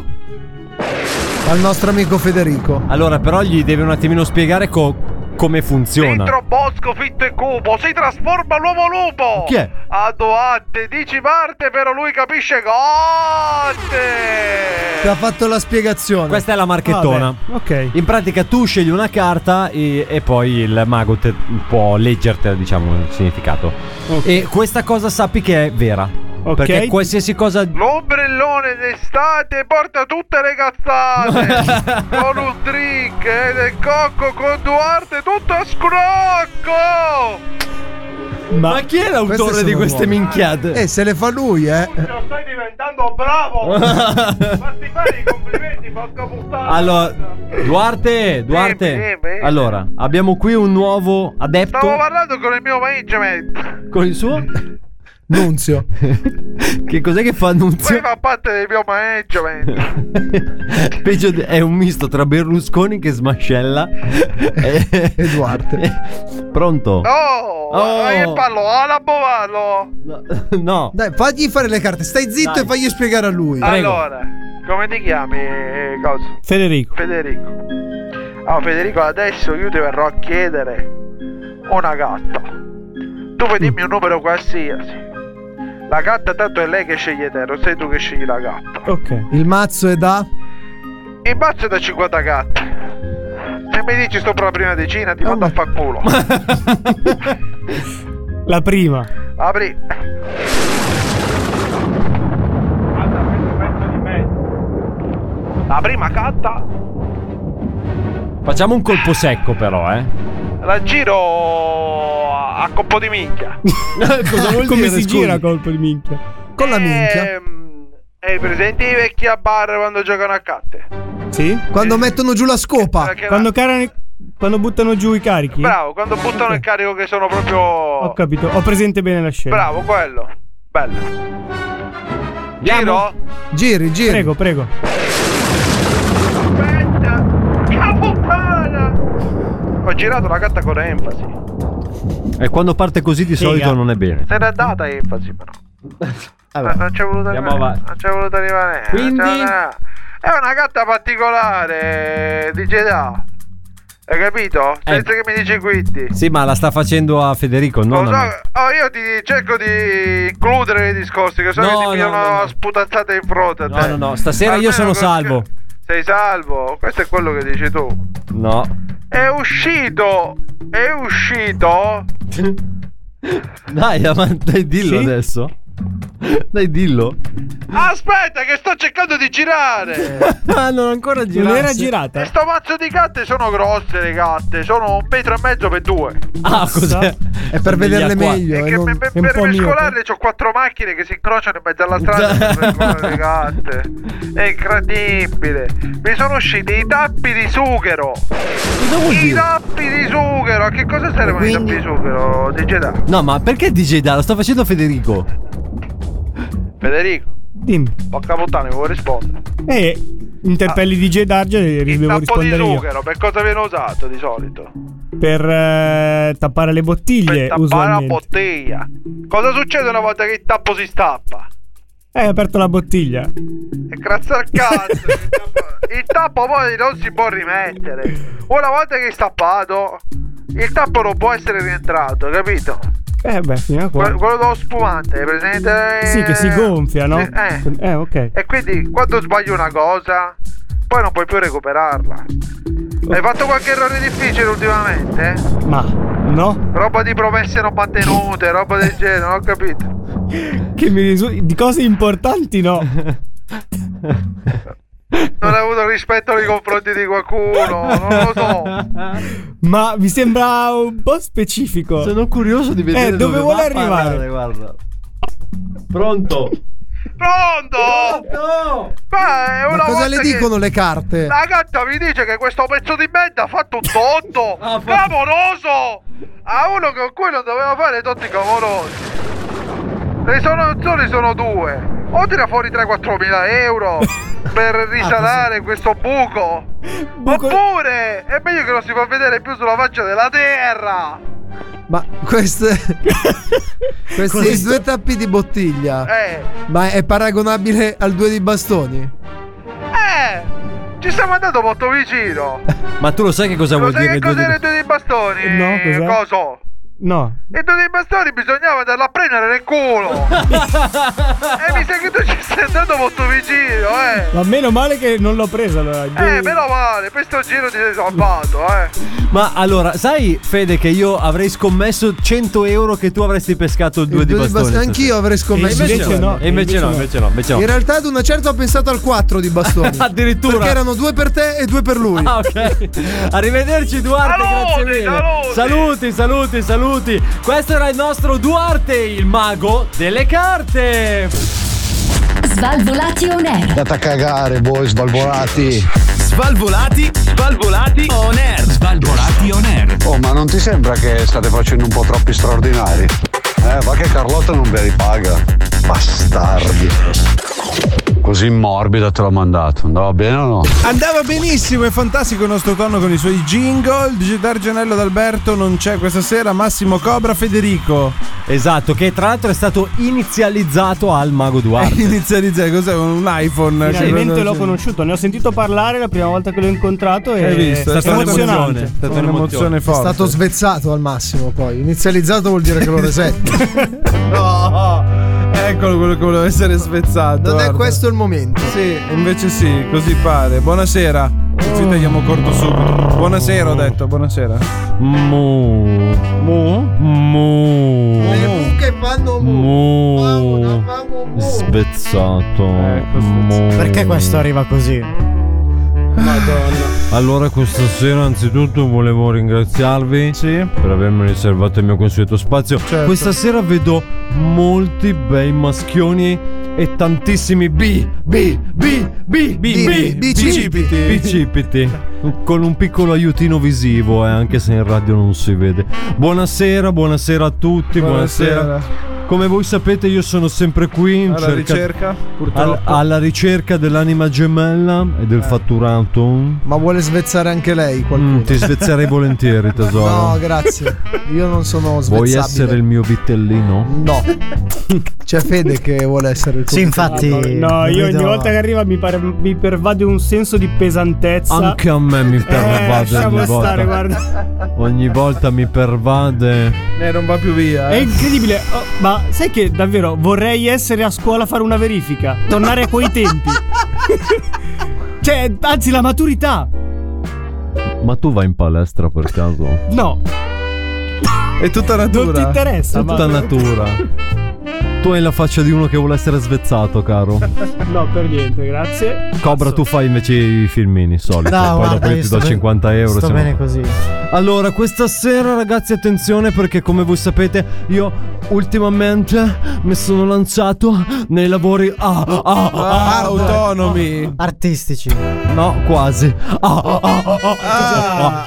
Speaker 17: Al nostro amico Federico.
Speaker 7: Allora, però gli devi un attimino spiegare co- come funziona.
Speaker 3: Dentro bosco fitto e cupo si trasforma l'uomo lupo.
Speaker 7: Chi è?
Speaker 3: A Duatte dici parte, però lui capisce cotte.
Speaker 17: Ti ha fatto la spiegazione.
Speaker 7: Questa è la marchettona.
Speaker 9: Ok.
Speaker 7: In pratica tu scegli una carta e, e poi il mago te- può leggertela, diciamo, il significato. E questa cosa sappi che è vera.
Speaker 9: Ok.
Speaker 7: Perché qualsiasi cosa...
Speaker 3: L'ombrellone d'estate porta tutte le
Speaker 7: *laughs*
Speaker 3: cazzate. con un drink e del cocco con Duarte tutto a scrocco.
Speaker 9: Ma,
Speaker 7: chi è
Speaker 17: Queste sono nuove.
Speaker 7: minchiate?
Speaker 17: Eh, se le fa lui, eh.
Speaker 3: Lo stai
Speaker 7: *laughs*
Speaker 3: diventando bravo. Eh. Fatti fare i complimenti, porca puttana.
Speaker 7: Allora, Duarte,
Speaker 3: Dimmi,
Speaker 7: Duarte.
Speaker 3: dimmi.
Speaker 7: Allora, abbiamo qui un nuovo adepto
Speaker 3: Stavo parlando con il mio management.
Speaker 7: *laughs* con il suo.
Speaker 17: Nunzio.
Speaker 7: *laughs* Che cos'è che fa
Speaker 3: Lui
Speaker 7: Nunzio?
Speaker 3: fa parte del mio
Speaker 7: *laughs*
Speaker 3: management.
Speaker 7: Peggio di- è un misto tra Berlusconi che smascella e
Speaker 17: *laughs* E Duarte.
Speaker 7: *laughs* Pronto?
Speaker 3: No,
Speaker 7: Oh.
Speaker 3: ma eh, io parlo arabo, parlo.
Speaker 7: No.
Speaker 17: Dai, fagli fare le carte. Stai zitto
Speaker 7: Dai.
Speaker 17: e fagli spiegare a lui.
Speaker 3: Allora, come ti chiami? eh, Cosa?
Speaker 9: Federico.
Speaker 3: Federico. Allora, Federico, adesso io ti verrò a chiedere una gatta. Tu
Speaker 9: Mm.
Speaker 3: puoi dirmi un numero qualsiasi. La gatta tanto è lei che sceglie te, non sei tu che scegli la gatta.
Speaker 9: Ok.
Speaker 17: Il mazzo è da.
Speaker 3: Il mazzo è da 50 gatte. Se mi dici sto per la prima decina, ti mando a fa culo.
Speaker 9: La prima.
Speaker 17: Eh,
Speaker 3: Apri. La prima gatta
Speaker 7: Facciamo un colpo secco però, eh.
Speaker 3: la giro a a coppo di
Speaker 9: *laughs*
Speaker 3: minchia.
Speaker 7: Cosa vuol
Speaker 9: Come
Speaker 7: dire,
Speaker 9: si
Speaker 7: scusi?
Speaker 9: gira colpo di minchia?
Speaker 17: Con
Speaker 3: Eh,
Speaker 17: la minchia.
Speaker 3: Ehm, È presente i vecchi a bar quando giocano a carte?
Speaker 9: Sì.
Speaker 17: Quando mettono giù la scopa.
Speaker 3: Perché
Speaker 9: Quando,
Speaker 3: la-
Speaker 9: carano- quando buttano giù i carichi?
Speaker 3: Bravo, quando buttano il carico che sono
Speaker 9: Ho
Speaker 3: proprio...
Speaker 9: capito, ho presente bene la scena.
Speaker 3: Bravo, quello. Bello.
Speaker 7: Andiamo?
Speaker 3: Giro?
Speaker 17: Giri, giri.
Speaker 9: Prego, prego.
Speaker 3: Aspetta. Caputtana! Ho girato la carta con enfasi.
Speaker 7: E quando parte così di
Speaker 9: Figa.
Speaker 7: solito non è bene.
Speaker 3: Se n'è data enfasi però.
Speaker 7: Vabbè.
Speaker 3: Non c'è voluto
Speaker 7: Andiamo
Speaker 3: arrivare.
Speaker 7: avanti.
Speaker 3: Non c'è voluto arrivare. non
Speaker 7: Quindi?
Speaker 3: c'è voluto arrivare. È una gatta particolare di Jedi. Hai
Speaker 7: Eh.
Speaker 3: capito? Senza che mi dici quindi.
Speaker 7: Sì, ma la sta facendo a Federico, non
Speaker 3: Lo
Speaker 7: a me.
Speaker 3: so- oh, io ti cerco di includere nei discorsi, che so
Speaker 7: No,
Speaker 3: che ti
Speaker 7: no,
Speaker 3: pigliano
Speaker 7: no,
Speaker 3: una sputazzata in fronte. a
Speaker 7: No,
Speaker 3: te.
Speaker 7: no, no, stasera io
Speaker 3: Almeno
Speaker 7: sono
Speaker 3: così
Speaker 7: salvo.
Speaker 3: Sei salvo, questo è quello che dici tu.
Speaker 7: No.
Speaker 3: È uscito, è uscito.
Speaker 7: Dai, avanti, dai, dillo
Speaker 3: Sì?
Speaker 7: adesso. Dai, dillo.
Speaker 3: Aspetta, che sto cercando di girare.
Speaker 7: Ah, non ancora girato.
Speaker 3: E sto mazzo di gatte sono grosse le gatte, sono un metro e mezzo per due.
Speaker 7: Ah, cos'è?
Speaker 17: È per vederle meglio. eh, non-
Speaker 3: Per mescolarle ho quattro macchine che si incrociano in mezzo alla
Speaker 9: *laughs*
Speaker 3: strada per mescolare le gatte. È incredibile. Mi sono usciti i tappi di sughero. I tappi di sughero. A che cosa servono i tappi di sughero? Di Jedi?
Speaker 7: No, ma perché DJ Da? Lo sta facendo Federico.
Speaker 3: Federico.
Speaker 9: Dimmi.
Speaker 3: Porca puttana, mi vuoi rispondere?
Speaker 9: E interpelli di DJ Darge e vi devo
Speaker 3: Ah. Tappo di
Speaker 9: rispondere io.
Speaker 3: sughero, per cosa viene usato di solito?
Speaker 9: Per eh, tappare le bottiglie
Speaker 3: Tappare la
Speaker 9: usualmente.
Speaker 3: bottiglia. Cosa succede una volta che il tappo si stappa?
Speaker 9: Eh, Hai aperto la bottiglia.
Speaker 3: E grazie al cazzo, il tappo- il tappo poi non si può rimettere. Una volta che è stappato, il tappo non può essere rientrato, capito?
Speaker 9: Eh beh, fino a qua.
Speaker 3: Que- Quello dello spumante, presente?
Speaker 9: Sì, che si gonfia, no?
Speaker 3: Sì, eh.
Speaker 9: Eh, ok.
Speaker 3: E quindi quando sbagli una cosa, poi non puoi più recuperarla. Hai fatto qualche errore difficile ultimamente?
Speaker 9: Ma no?
Speaker 3: Roba di promesse non mantenute, roba del genere, non ho capito.
Speaker 9: Che mi risu- di cose importanti no.
Speaker 17: *laughs*
Speaker 3: Non hai avuto rispetto nei confronti di qualcuno, non lo
Speaker 9: *laughs*
Speaker 3: so.
Speaker 9: Ma mi sembra un po' specifico.
Speaker 7: Sono curioso di vedere
Speaker 9: Eh, dove,
Speaker 7: dove
Speaker 9: vuole
Speaker 7: va a
Speaker 9: arrivare?
Speaker 7: parlare, guarda. Pronto?
Speaker 3: Pronto? Beh, una
Speaker 17: Ma cosa
Speaker 3: volta
Speaker 17: le
Speaker 3: che-
Speaker 17: dicono le carte?
Speaker 3: La gatta mi dice che questo pezzo di merda ha fatto un totto clamoroso a uno con cui non doveva fare totti clamorosi. Le soluzioni sono due. O tira fuori 3-4 mila euro per risanare questo buco. Oppure è meglio che non si fa vedere più sulla faccia della terra.
Speaker 17: Ma
Speaker 6: *laughs*
Speaker 17: queste. questi
Speaker 3: Questo-
Speaker 17: due tappi di bottiglia.
Speaker 3: Eh.
Speaker 17: Ma è paragonabile al due di bastoni?
Speaker 3: Eh, ci stiamo andando molto vicino.
Speaker 7: Ma tu lo sai che cosa
Speaker 3: Lo
Speaker 7: vuol
Speaker 3: sai
Speaker 7: dire
Speaker 3: che
Speaker 7: due
Speaker 3: cos'era
Speaker 7: di-
Speaker 3: il due dei bastoni?
Speaker 7: No, cos'è?
Speaker 3: Coso?
Speaker 9: No.
Speaker 3: E tu dei bastoni bisognava andarla a prendere nel culo! e mi sa che tu ci sei andato molto vicino, eh!
Speaker 9: Ma meno male che non l'ho presa allora.
Speaker 3: Eh, meno male, per sto giro ti sei salvato, eh!
Speaker 7: Ma allora, sai Fede che io avrei scommesso 100 euro che tu avresti pescato due di
Speaker 17: Eh, Due di
Speaker 7: bastone?
Speaker 17: bastoni. Anch'io avrei scommesso
Speaker 7: E invece
Speaker 17: quello.
Speaker 7: no, e invece no, invece no, invece no.
Speaker 17: In realtà ad una certa ho pensato al 4 di bastoni.
Speaker 7: *laughs* Addirittura.
Speaker 17: Perché erano due per te e due per lui.
Speaker 7: Ah, ok. Arrivederci Duarte, grazie mille. Saluti, saluti, saluti. Questo era il nostro Duarte, il mago delle carte.
Speaker 4: Svalvolati on air.
Speaker 8: Andate a cagare voi svalvolati.
Speaker 5: Svalvolati, svalvolati on air. Svalvolati on air.
Speaker 8: Oh, ma non ti sembra che state facendo un po' troppi straordinari? Eh, va che Carlotta non ve li paga. Bastardi. Così morbida te l'ho mandato. Andava bene o no?
Speaker 6: *laughs* Andava benissimo e fantastico il nostro tonno con i suoi jingle. Digitar Gianello d'Alberto non c'è questa sera. Massimo
Speaker 17: *laughs*
Speaker 6: Cobra, Federico.
Speaker 7: Esatto, che tra l'altro è stato inizializzato al mago Duarte.
Speaker 6: Inizializzare cos'è? Un
Speaker 17: Cioè,
Speaker 6: iPhone.
Speaker 9: Finalmente l'ho conosciuto, ne ho sentito parlare la prima volta che l'ho incontrato e
Speaker 6: Hai visto?
Speaker 9: è
Speaker 6: *laughs* È stata
Speaker 9: emozionante.
Speaker 6: un'emozione. È stata un'emozione
Speaker 17: È
Speaker 6: forte.
Speaker 17: stato svezzato al massimo poi. Inizializzato vuol dire che lo resetta.
Speaker 9: *laughs*
Speaker 6: No, eccolo quello che voleva essere svezzato.
Speaker 17: Non è
Speaker 6: guarda.
Speaker 17: questo il momento.
Speaker 6: Sì, invece sì, così pare. Buonasera. Ci tagliamo corto subito. Buonasera, ho detto, buonasera.
Speaker 7: Mu.
Speaker 6: Mu?
Speaker 17: Le
Speaker 7: Mu.
Speaker 17: buche fanno
Speaker 7: Mu. Spezzato. Mu.
Speaker 18: Perché questo arriva così?
Speaker 7: Allora questa sera anzitutto volevo ringraziarvi per avermi riservato il mio consueto spazio. Questa sera vedo molti bei maschioni e tantissimi B, B, B, B, B, B,
Speaker 17: bicipiti.
Speaker 7: bicipiti. Con un piccolo aiutino visivo, eh, anche se in radio non si vede. Buonasera, buonasera a tutti, buonasera.
Speaker 6: Buonasera.
Speaker 7: Come voi sapete io sono sempre qui in
Speaker 6: Alla
Speaker 7: cerca-
Speaker 6: ricerca,
Speaker 7: al-
Speaker 6: purtroppo.
Speaker 7: alla ricerca dell'anima gemella e del fatturato.
Speaker 17: Ma vuole svezzare anche lei qualcuno?
Speaker 7: Mm, ti svezzerei volentieri, tesoro.
Speaker 17: No, grazie. Io non sono svezzabile.
Speaker 7: Vuoi essere il mio vitellino?
Speaker 17: No. C'è Fede che vuole essere il tuo
Speaker 9: Ah, No, no, io ogni volta che arriva mi, pare- mi pervade un senso di pesantezza. Eh,
Speaker 7: Anche a me mi pervade
Speaker 9: lasciamo
Speaker 7: ogni volta.
Speaker 9: stare, guarda.
Speaker 7: Ogni volta mi pervade.
Speaker 9: Eh, non va più via. È incredibile. Oh, ma sai che davvero vorrei essere a scuola a fare una verifica. Tornare a quei tempi. cioè, anzi, la maturità.
Speaker 7: Ma tu vai in palestra per caso?
Speaker 9: No.
Speaker 7: È tutta natura. Non ti interessa.
Speaker 9: ma-
Speaker 7: Tutta natura. Tu hai la faccia di uno che vuole essere svezzato, caro.
Speaker 9: No, per niente, grazie.
Speaker 7: Cobra, tu fai invece i filmini soliti.
Speaker 9: No,
Speaker 7: Poi
Speaker 9: guarda,
Speaker 7: dopo io
Speaker 9: io
Speaker 7: ti
Speaker 9: sto
Speaker 7: do
Speaker 9: bene-
Speaker 7: 50 euro.
Speaker 9: sto
Speaker 7: se no-
Speaker 9: bene così.
Speaker 7: Allora, questa sera, ragazzi, attenzione perché, come voi sapete, io ultimamente mi sono lanciato nei lavori ah, ah, ah,
Speaker 20: Ah, autonomi.
Speaker 7: artistici. No, quasi. Ah, ah, ah,
Speaker 6: Ah,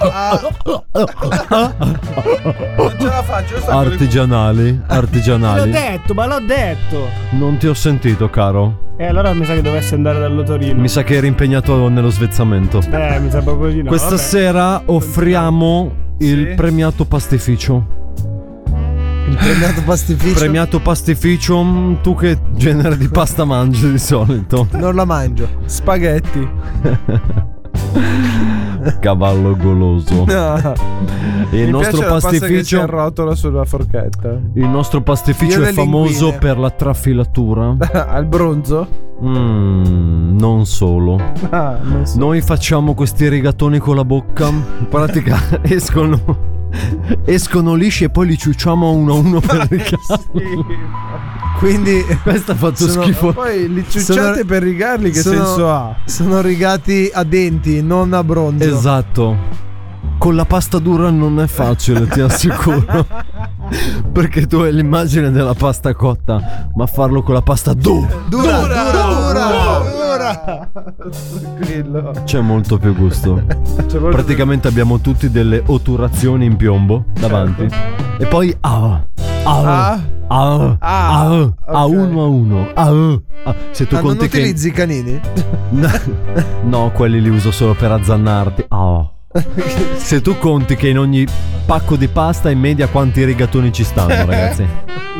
Speaker 7: ah,
Speaker 6: non ce la faccio, io sto
Speaker 7: Artigianali,
Speaker 9: L'ho
Speaker 7: artigianali.
Speaker 9: detto, ma l'ho detto.
Speaker 7: Non ti ho sentito, caro.
Speaker 9: E allora mi sa che dovessi andare dall'Otorino.
Speaker 7: Mi sa che eri impegnato nello svezzamento.
Speaker 9: Eh, mi sa proprio di no.
Speaker 7: Questa
Speaker 9: vabbè.
Speaker 7: sera offriamo il premiato pastificio.
Speaker 17: Il premiato pastificio.
Speaker 7: Premiato pastificio, mm, tu che genere di pasta mangi
Speaker 20: *laughs*
Speaker 7: di solito?
Speaker 17: Non la mangio.
Speaker 7: Spaghetti. Cavallo goloso.
Speaker 6: Ah.
Speaker 20: No.
Speaker 7: Il
Speaker 20: Mi
Speaker 7: nostro
Speaker 20: piace la pasta che
Speaker 7: pastificio-
Speaker 20: c'è il rotolo sulla
Speaker 6: *laughs*
Speaker 20: forchetta.
Speaker 7: Il nostro pastificio
Speaker 20: Io
Speaker 7: è
Speaker 20: le
Speaker 7: famoso
Speaker 20: linguine.
Speaker 7: per la
Speaker 20: *laughs*
Speaker 7: traffilatura.
Speaker 20: Al bronzo?
Speaker 7: Mm, non solo.
Speaker 20: Ah, non so.
Speaker 7: Noi facciamo questi rigatoni con la bocca. In
Speaker 20: *laughs*
Speaker 7: pratica escono. Escono lisci e poi li ciucciamo uno a
Speaker 20: *laughs*
Speaker 7: uno
Speaker 20: Ah,
Speaker 7: per rigarli.
Speaker 17: Quindi.
Speaker 7: Questa ha fatto
Speaker 17: sono-
Speaker 7: schifo.
Speaker 20: Poi li ciucciate
Speaker 17: Sono-
Speaker 20: per rigarli, che
Speaker 17: sono-
Speaker 20: senso ha?
Speaker 17: Sono rigati a denti, non a bronzo.
Speaker 7: Esatto. Con la pasta dura non è facile,
Speaker 17: *laughs*
Speaker 7: ti assicuro. Perché tu hai l'immagine della pasta cotta, ma farlo con la pasta dura
Speaker 17: Dura, dura, dura,
Speaker 20: Tranquillo.
Speaker 7: c'è molto più gusto. Praticamente abbiamo tutti delle otturazioni in piombo davanti. E poi ah, ah, ah, ah, ah, a uno a uno. ah, ah. Se tu
Speaker 17: Ah, non
Speaker 7: conti che
Speaker 17: utilizzi i
Speaker 7: *laughs*
Speaker 17: canini?
Speaker 7: No, quelli li uso solo per azzannarti.
Speaker 17: *laughs*
Speaker 7: Ah. Se tu conti che in ogni pacco di pasta in media quanti rigatoni ci
Speaker 17: Eh.
Speaker 7: stanno, ragazzi.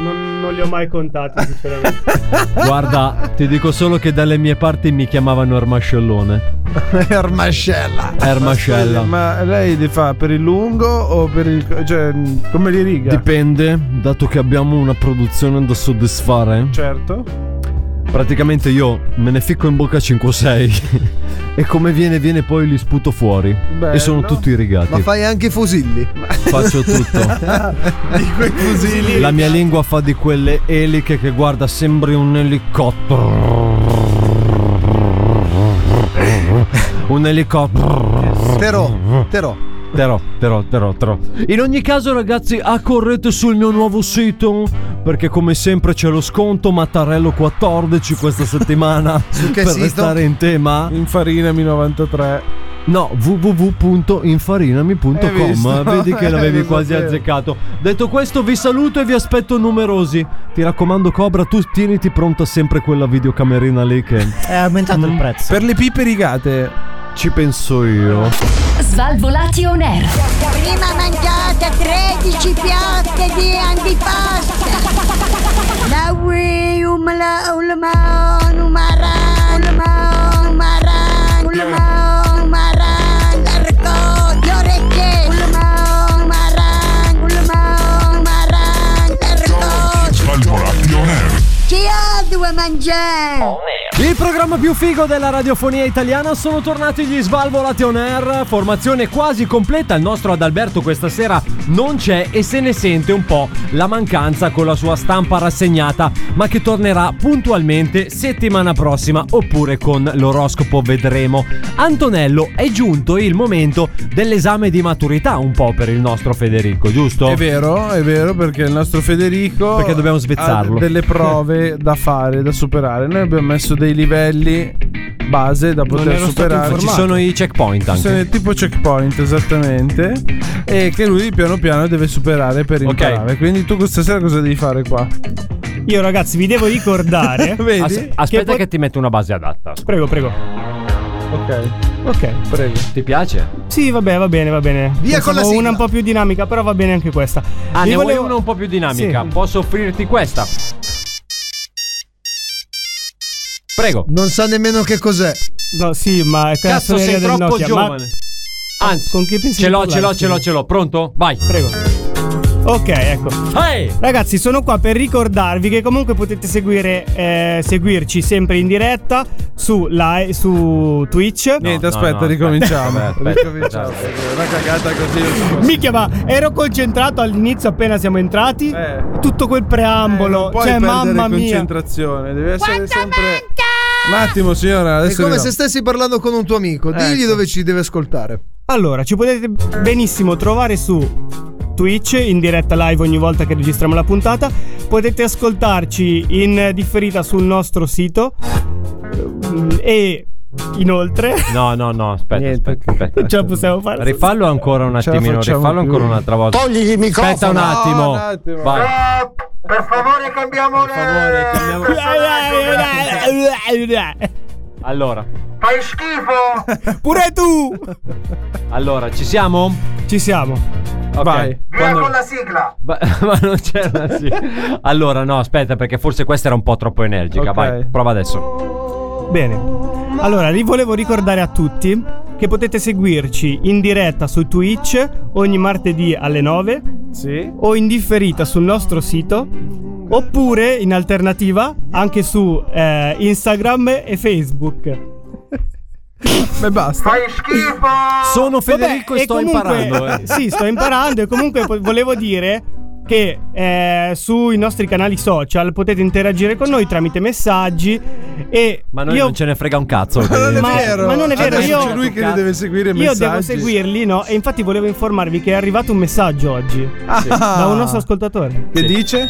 Speaker 9: Non, non li ho mai contati, sinceramente.
Speaker 7: *laughs* Guarda, ti dico solo che dalle mie parti mi chiamavano Ermascellone.
Speaker 17: Ermascella.
Speaker 7: Ermascella.
Speaker 20: Ma lei li fa per il lungo o per il. cioè, come li riga?
Speaker 7: Dipende, dato che abbiamo una produzione da soddisfare. eh.
Speaker 20: Certo.
Speaker 7: Praticamente io me ne ficco in bocca 5 o 6 *laughs* e come viene viene poi li sputo fuori e sono
Speaker 17: Bello.
Speaker 7: tutti rigati.
Speaker 17: Ma fai anche i fusilli.
Speaker 7: Faccio
Speaker 17: *laughs*
Speaker 7: tutto.
Speaker 17: Di quei fusilli.
Speaker 7: La mia lingua fa di quelle eliche che guarda sembri un elicottero. Un elicottero.
Speaker 17: Terò, terò.
Speaker 7: Terò, terò, terò, terò. In ogni caso, ragazzi, accorrete sul mio nuovo sito. Perché, come sempre, c'è lo sconto Mattarello 14
Speaker 20: *laughs*
Speaker 7: questa settimana.
Speaker 20: che
Speaker 7: per
Speaker 20: sito?
Speaker 7: restare in tema.
Speaker 20: Infarinami 93.
Speaker 7: No,
Speaker 20: Hai visto?
Speaker 7: www.infarinami.com. Vedi che
Speaker 20: *laughs*
Speaker 7: l'avevi
Speaker 20: Lo
Speaker 7: quasi
Speaker 20: sapevo.
Speaker 7: azzeccato. Detto questo, vi saluto e vi aspetto numerosi. Ti raccomando, Cobra, tu tieniti pronta sempre quella videocamerina lì che.
Speaker 18: È aumentato
Speaker 7: Mm.
Speaker 18: il prezzo.
Speaker 7: Per le pipe rigate. Ci penso io.
Speaker 4: Svalvolati on air.
Speaker 11: Prima mangiate 13 piatte di antipasto. La ui umla ulma numara ulma numara ulma numara largo le orecchie ulma numara ulma numara largo chi ha due mangiare?
Speaker 7: Il programma più figo della radiofonia italiana sono tornati gli Svalvolati On Air, formazione quasi completa, il nostro Adalberto questa sera non c'è e se ne sente un po' la mancanza con la sua stampa rassegnata, ma che tornerà puntualmente settimana prossima oppure con l'oroscopo vedremo. Antonello è giunto il momento dell'esame di maturità un po' per il nostro Federico, giusto?
Speaker 20: È vero, è vero, perché il nostro Federico.
Speaker 7: Perché dobbiamo svezzarlo.
Speaker 20: Ha delle prove da fare, da superare. Noi abbiamo messo dei livelli base da poter superare.
Speaker 7: Ci sono i checkpoint
Speaker 20: Ci
Speaker 7: anche.
Speaker 20: sono tipo checkpoint esattamente e che lui piano piano deve superare per imparare. Quindi tu questa sera cosa devi fare qua?
Speaker 9: Io, ragazzi, vi devo
Speaker 7: *laughs*
Speaker 9: ricordare.
Speaker 20: Vedi?
Speaker 7: As- aspetta
Speaker 9: pot-
Speaker 7: che, ti metto una base adatta.
Speaker 9: Prego, prego.
Speaker 20: Ok.
Speaker 9: Ok.
Speaker 20: Prego.
Speaker 7: Ti piace?
Speaker 9: Sì, vabbè, va bene, va bene.
Speaker 17: Via con la sigla.
Speaker 9: una un po' più dinamica, però va bene anche questa.
Speaker 7: Ah,
Speaker 9: Vi
Speaker 7: ne vuoi
Speaker 9: volevo-
Speaker 7: una un po' più dinamica?
Speaker 9: Sì.
Speaker 7: Posso offrirti questa? Prego.
Speaker 17: Non sa nemmeno che cos'è.
Speaker 9: No, sì, ma è
Speaker 7: Cazzo, sei troppo giovane.
Speaker 9: Anzi, con chi pensi
Speaker 7: Ce
Speaker 9: di
Speaker 7: l'ho,
Speaker 9: parlare,
Speaker 7: ce l'ho,
Speaker 9: scusa?
Speaker 7: ce l'ho, ce l'ho. Pronto? Vai.
Speaker 9: Prego. Ok, ecco. Ragazzi, sono qua per ricordarvi che comunque potete seguire, eh, seguirci sempre in diretta su, li- su Twitch.
Speaker 20: Niente, aspetta, ricominciamo.
Speaker 7: Esatto.
Speaker 20: ricominciamo.
Speaker 6: Esatto, Una cagata così.
Speaker 9: Micchia, ma ero concentrato all'inizio appena siamo entrati. Tutto quel preambolo.
Speaker 6: Eh. Poi
Speaker 9: cioè, mamma mia.
Speaker 6: concentrazione, deve essere sempre Un attimo, signora,
Speaker 17: È
Speaker 6: adesso
Speaker 17: come
Speaker 6: arrivo.
Speaker 17: se stessi parlando con un tuo amico. Digli
Speaker 9: Ecco.
Speaker 17: dove ci deve ascoltare.
Speaker 9: Allora, ci potete benissimo trovare su Twitch in diretta live ogni volta che registriamo la puntata. Potete ascoltarci in differita sul nostro sito. Mm, E inoltre. *laughs*
Speaker 7: No, no, no, aspetta, aspetta, aspetta.
Speaker 9: Non ce la possiamo fare.
Speaker 7: Rifallo ancora un
Speaker 9: Non ce la
Speaker 7: attimino,
Speaker 9: facciamo
Speaker 7: rifallo
Speaker 9: più.
Speaker 7: ancora un'altra volta.
Speaker 9: Togli il microfono.
Speaker 7: Aspetta un
Speaker 9: No,
Speaker 7: attimo.
Speaker 9: un attimo.
Speaker 7: Vai.
Speaker 3: Per favore cambiamo Per favore cambiamo
Speaker 7: Allora,
Speaker 3: Fai schifo
Speaker 9: Pure tu!
Speaker 7: allora, ci siamo?
Speaker 9: Ci siamo.
Speaker 7: Vai.
Speaker 3: Via con la sigla
Speaker 7: Ma, *laughs* ma non c'era sì. Allora, no, aspetta, perché forse questa era un po' troppo energica.
Speaker 9: Ok.
Speaker 7: Vai, prova adesso.
Speaker 9: Bene. Allora, vi volevo ricordare a tutti che potete seguirci in diretta su Twitch ogni martedì alle 9
Speaker 6: Sì.
Speaker 9: o in differita sul nostro sito oppure in alternativa anche su eh, Instagram e Facebook.
Speaker 7: *laughs*
Speaker 6: Beh, basta.
Speaker 3: Fai schifo
Speaker 7: Sono
Speaker 9: Federico
Speaker 7: e sto imparando, eh.
Speaker 9: *laughs* Sì, sto imparando e comunque po- volevo dire che eh, sui nostri canali social potete interagire con noi tramite messaggi e
Speaker 7: Ma noi
Speaker 9: io
Speaker 7: non ce ne frega un cazzo.
Speaker 9: ma, ma non è vero,
Speaker 6: Adesso
Speaker 9: io,
Speaker 6: c'è lui che li deve seguire i
Speaker 9: io
Speaker 6: messaggi.
Speaker 9: devo seguirli, no? E infatti volevo informarvi che è arrivato un messaggio oggi
Speaker 6: Ah.
Speaker 9: da un nostro ascoltatore.
Speaker 6: Che dice?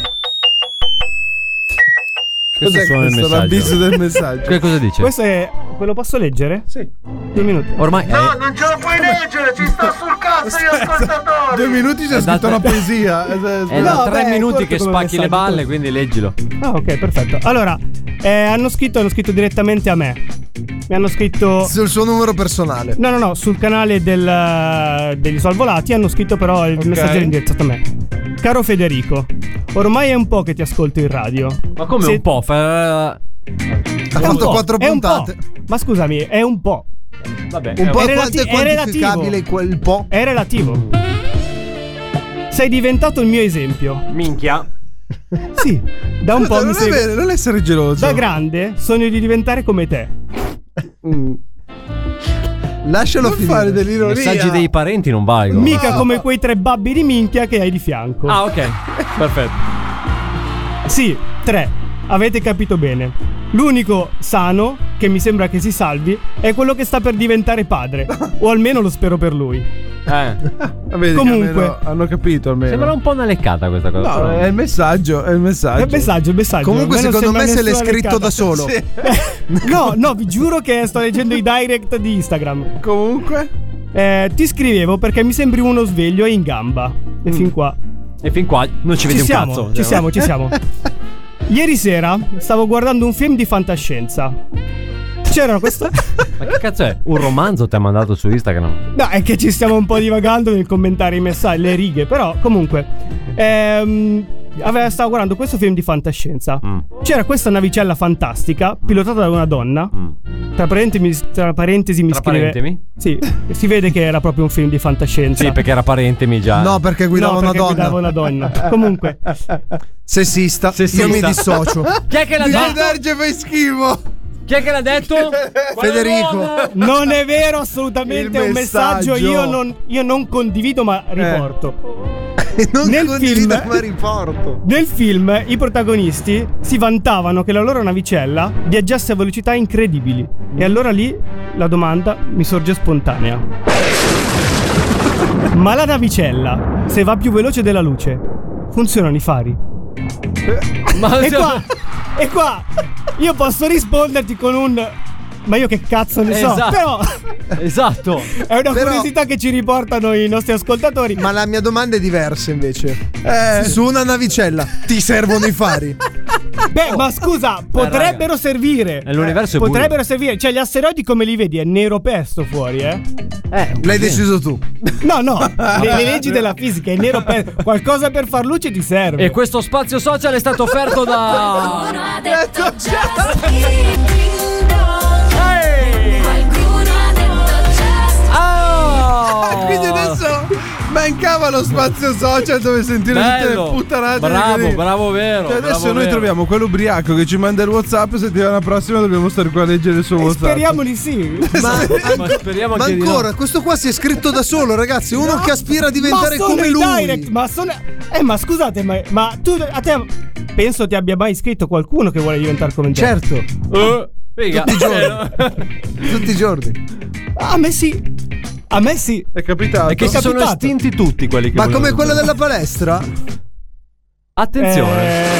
Speaker 7: Questo
Speaker 6: Cos'è
Speaker 7: suona il
Speaker 6: questo?
Speaker 7: messaggio.
Speaker 6: L'avviso del messaggio.
Speaker 7: Che cosa dice?
Speaker 9: Questo è. Ve lo posso leggere?
Speaker 6: Sì.
Speaker 9: Due minuti.
Speaker 7: Ormai è-
Speaker 3: No non ce la puoi leggere Ci sta sul cazzo gli ascoltatori
Speaker 6: Due minuti c'è
Speaker 7: È da
Speaker 6: scritto una
Speaker 7: tre-
Speaker 6: poesia. Eh,
Speaker 7: è
Speaker 6: eh,
Speaker 7: da
Speaker 6: no,
Speaker 7: tre
Speaker 6: beh,
Speaker 7: minuti
Speaker 6: corto
Speaker 7: che
Speaker 6: come
Speaker 7: spacchi le
Speaker 6: messaggio,
Speaker 7: balle,
Speaker 6: corto.
Speaker 7: quindi leggilo.
Speaker 9: Ah, ok, perfetto. Allora, eh, hanno scritto, hanno scritto direttamente a me. Mi hanno scritto.
Speaker 17: Sul suo numero personale.
Speaker 9: No, no, no, sul canale del, eh, degli Salvolati hanno scritto però il messaggio era indirizzato a me. Caro Federico, ormai è un po' che ti ascolto in radio.
Speaker 7: Ma come
Speaker 9: Se-
Speaker 7: un po'? Fa...
Speaker 9: È un po',
Speaker 17: quattro
Speaker 9: è un po'.
Speaker 17: puntate.
Speaker 9: Ma scusami, è un po'.
Speaker 7: Vabbè, eh,
Speaker 17: Un po'
Speaker 9: è,
Speaker 17: è quanto
Speaker 9: relati-
Speaker 17: è
Speaker 9: è
Speaker 17: quantificabile
Speaker 9: relativo.
Speaker 17: quel po'?
Speaker 9: È relativo. Sei diventato il mio esempio.
Speaker 7: Minchia.
Speaker 9: Sì, da un
Speaker 6: Guarda,
Speaker 9: po' mi
Speaker 6: non,
Speaker 9: segui.
Speaker 6: avere- non essere geloso.
Speaker 9: Da grande sogno di diventare come te.
Speaker 17: Lascialo
Speaker 6: non fare
Speaker 7: I
Speaker 6: dell'ironia.
Speaker 2: eh.
Speaker 7: messaggi dei parenti non valgono.
Speaker 17: Ah.
Speaker 9: Mica come quei tre babbi di minchia che hai di fianco.
Speaker 7: Ah, ok. Perfetto.
Speaker 17: Ah.
Speaker 9: Sì, tre. Avete capito bene. L'unico sano, che mi sembra che si salvi, è quello che sta per diventare padre. o almeno lo spero per lui.
Speaker 17: Ah,
Speaker 7: Eh.
Speaker 6: Ah, Vedi che
Speaker 9: Comunque-
Speaker 6: almeno hanno capito almeno.
Speaker 7: Sembra un po' una leccata questa cosa.
Speaker 6: No, eh.
Speaker 7: però.
Speaker 6: è il messaggio, è il messaggio.
Speaker 9: È messaggio, è messaggio.
Speaker 17: Comunque,
Speaker 9: A non
Speaker 17: secondo
Speaker 9: sembra
Speaker 17: me se l'è
Speaker 9: nessuna
Speaker 17: scritto
Speaker 9: leccata.
Speaker 17: da solo.
Speaker 9: Sì. *laughs* no, no, vi giuro che sto leggendo i direct di Instagram.
Speaker 6: Comunque,
Speaker 9: Eh, ti scrivevo perché mi sembri uno sveglio e in gamba. E fin qua.
Speaker 7: E fin qua non ci vedi
Speaker 9: Ci
Speaker 7: Mm. un
Speaker 9: siamo,
Speaker 7: cazzo.
Speaker 9: ci
Speaker 7: Cioè, *laughs*
Speaker 9: siamo, ci siamo. Ieri sera stavo guardando un film di fantascienza. C'era
Speaker 7: *laughs*
Speaker 9: questo.
Speaker 7: Ma che cazzo è? Un romanzo ti ha mandato su Instagram.
Speaker 9: No, è che ci stiamo un po' divagando nel commentare i messaggi, le righe, però comunque. Ehm, ave- stavo guardando questo film di fantascienza.
Speaker 7: Mm.
Speaker 9: C'era questa navicella fantastica, pilotata da una donna. Tra parentesi, mi- tra parentesi mi
Speaker 7: Mm. Tra
Speaker 9: scrive.
Speaker 7: parentesi?
Speaker 9: Sì, si vede che era proprio un film di fantascienza.
Speaker 7: Sì, perché era parente mi già.
Speaker 17: No, perché guidava
Speaker 9: No,
Speaker 17: una
Speaker 9: perché
Speaker 17: donna.
Speaker 9: guidava una donna.
Speaker 17: *laughs*
Speaker 9: Comunque,
Speaker 17: Sessista.
Speaker 7: Sessista.
Speaker 17: Io mi dissocio.
Speaker 7: Chi è che l'ha
Speaker 17: Dice
Speaker 7: detto?
Speaker 17: Darge fai schifo.
Speaker 7: Chi è che l'ha detto?
Speaker 17: Federico.
Speaker 9: non è vero assolutamente
Speaker 17: Il
Speaker 9: è un messaggio.
Speaker 17: messaggio. Eh.
Speaker 9: Io non, io non condivido, ma riporto.
Speaker 17: non
Speaker 9: Nel
Speaker 17: condivido
Speaker 9: film-
Speaker 17: ma riporto.
Speaker 9: Nel film i protagonisti si vantavano che la loro navicella viaggiasse a velocità incredibili. E allora lì la domanda mi sorge spontanea. Ma la navicella, se va più veloce della luce, funzionano i fari.
Speaker 7: Ma
Speaker 9: E qua, e qua, io posso risponderti con un... Ma io che cazzo ne so,
Speaker 7: Esatto.
Speaker 9: però
Speaker 7: Esatto.
Speaker 9: è una
Speaker 17: Però-
Speaker 9: curiosità che ci riportano i nostri ascoltatori.
Speaker 17: Ma la mia domanda è diversa invece.
Speaker 6: Eh.
Speaker 17: Su una navicella ti servono i
Speaker 6: *laughs*
Speaker 17: fari.
Speaker 9: Beh, ma scusa, potrebbero
Speaker 7: Eh,
Speaker 9: servire.
Speaker 7: Nell'universo è buio.
Speaker 9: potrebbero servire. Cioè, gli asteroidi come li vedi? È nero pesto fuori, eh?
Speaker 7: Eh,
Speaker 17: L'hai deciso tu.
Speaker 9: No, no, le, le leggi della fisica, è nero pesto. Qualcosa per far luce ti serve.
Speaker 7: E questo spazio social è stato offerto da.
Speaker 4: Uno ha detto già schifo.
Speaker 6: Quindi adesso mancava lo spazio social dove sentire
Speaker 21: Bello.
Speaker 6: tutte le puttanate.
Speaker 21: Bravo,
Speaker 6: così.
Speaker 21: bravo, vero,
Speaker 6: Cioè, adesso
Speaker 21: bravo,
Speaker 6: noi
Speaker 21: vero.
Speaker 6: troviamo quello ubriaco che ci manda il WhatsApp. Settimana prossima dobbiamo stare qua a leggere il suo WhatsApp.
Speaker 22: Speriamo di sì.
Speaker 3: Ma,
Speaker 21: Ma speriamo
Speaker 3: ma
Speaker 21: che di no.
Speaker 3: ancora, questo qua si è scritto da solo, ragazzi. Uno
Speaker 22: No,
Speaker 3: che aspira a diventare
Speaker 22: ma sono
Speaker 3: come
Speaker 22: i
Speaker 3: lui.
Speaker 22: direct, ma sono- Eh, ma scusate, ma, ma tu a te penso ti abbia mai iscritto qualcuno che vuole diventare come te.
Speaker 3: Certo.
Speaker 21: Eh, figa.
Speaker 22: Tutti i giorni.
Speaker 21: Eh, no.
Speaker 3: Tutti i giorni.
Speaker 22: A me sì. A me sì.
Speaker 6: È capitato.
Speaker 2: Perché si sono estinti tutti quelli che
Speaker 3: Ma come
Speaker 2: volevano
Speaker 3: quella
Speaker 2: fare.
Speaker 3: della palestra?
Speaker 9: Eh,
Speaker 2: Attenzione.
Speaker 22: Eh,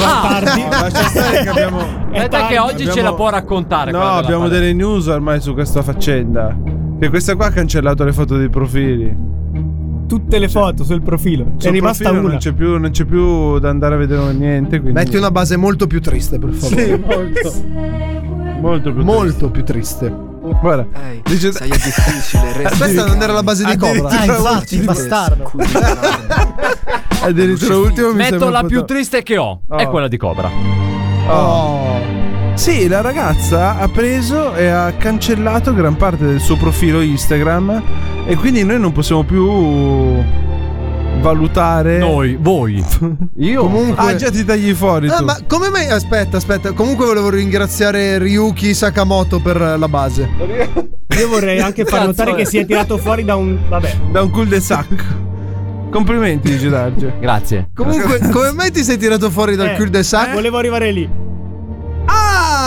Speaker 9: Ah! *laughs*
Speaker 6: che
Speaker 21: *laughs*
Speaker 6: abbiamo-
Speaker 7: Aspetta
Speaker 9: eh,
Speaker 7: che oggi ce la
Speaker 6: Abbiamo-
Speaker 7: può raccontare.
Speaker 6: No,
Speaker 7: quella della
Speaker 6: abbiamo
Speaker 7: palestra.
Speaker 6: delle news ormai su questa faccenda. Che questa qua ha cancellato le foto dei profili. Cioè,
Speaker 22: Tutte le foto sul profilo.
Speaker 6: Sul
Speaker 22: è rimasta
Speaker 6: profilo
Speaker 22: una.
Speaker 6: Non c'è, più, non c'è più da andare a vedere niente. Quindi...
Speaker 3: Metti una base molto più triste, per favore.
Speaker 6: Sì, molto. Molto più
Speaker 3: Molto più triste.
Speaker 6: Guarda, dice...
Speaker 3: sai,
Speaker 6: *laughs*
Speaker 3: è difficile. Questa non era la base di Cobra.
Speaker 22: Ah,
Speaker 6: Addirittura ultimo. Addirittura ultimo mi
Speaker 7: Metto
Speaker 6: sembra
Speaker 7: la
Speaker 6: un po'
Speaker 7: più
Speaker 6: to-
Speaker 7: triste che ho. È
Speaker 6: Oh.
Speaker 7: quella di Cobra.
Speaker 6: Oh. Sì, la ragazza ha preso e ha cancellato gran parte del suo profilo Instagram e quindi noi non possiamo più valutare
Speaker 7: Noi, voi.
Speaker 6: Io comunque Ah, già ti tagli fuori
Speaker 3: Ah,
Speaker 6: tu.
Speaker 3: ma come mai? Aspetta, aspetta. Comunque volevo ringraziare Ryuki Sakamoto per eh, la base.
Speaker 22: Io vorrei anche far notare che si è tirato fuori da un. Vabbè.
Speaker 6: da un cul de
Speaker 3: *laughs*
Speaker 6: sac. Complimenti, dice Darge.
Speaker 7: Grazie.
Speaker 3: Comunque, come mai ti sei tirato fuori dal
Speaker 22: Eh,
Speaker 3: cul de sac?
Speaker 22: Volevo arrivare lì.
Speaker 9: Oh.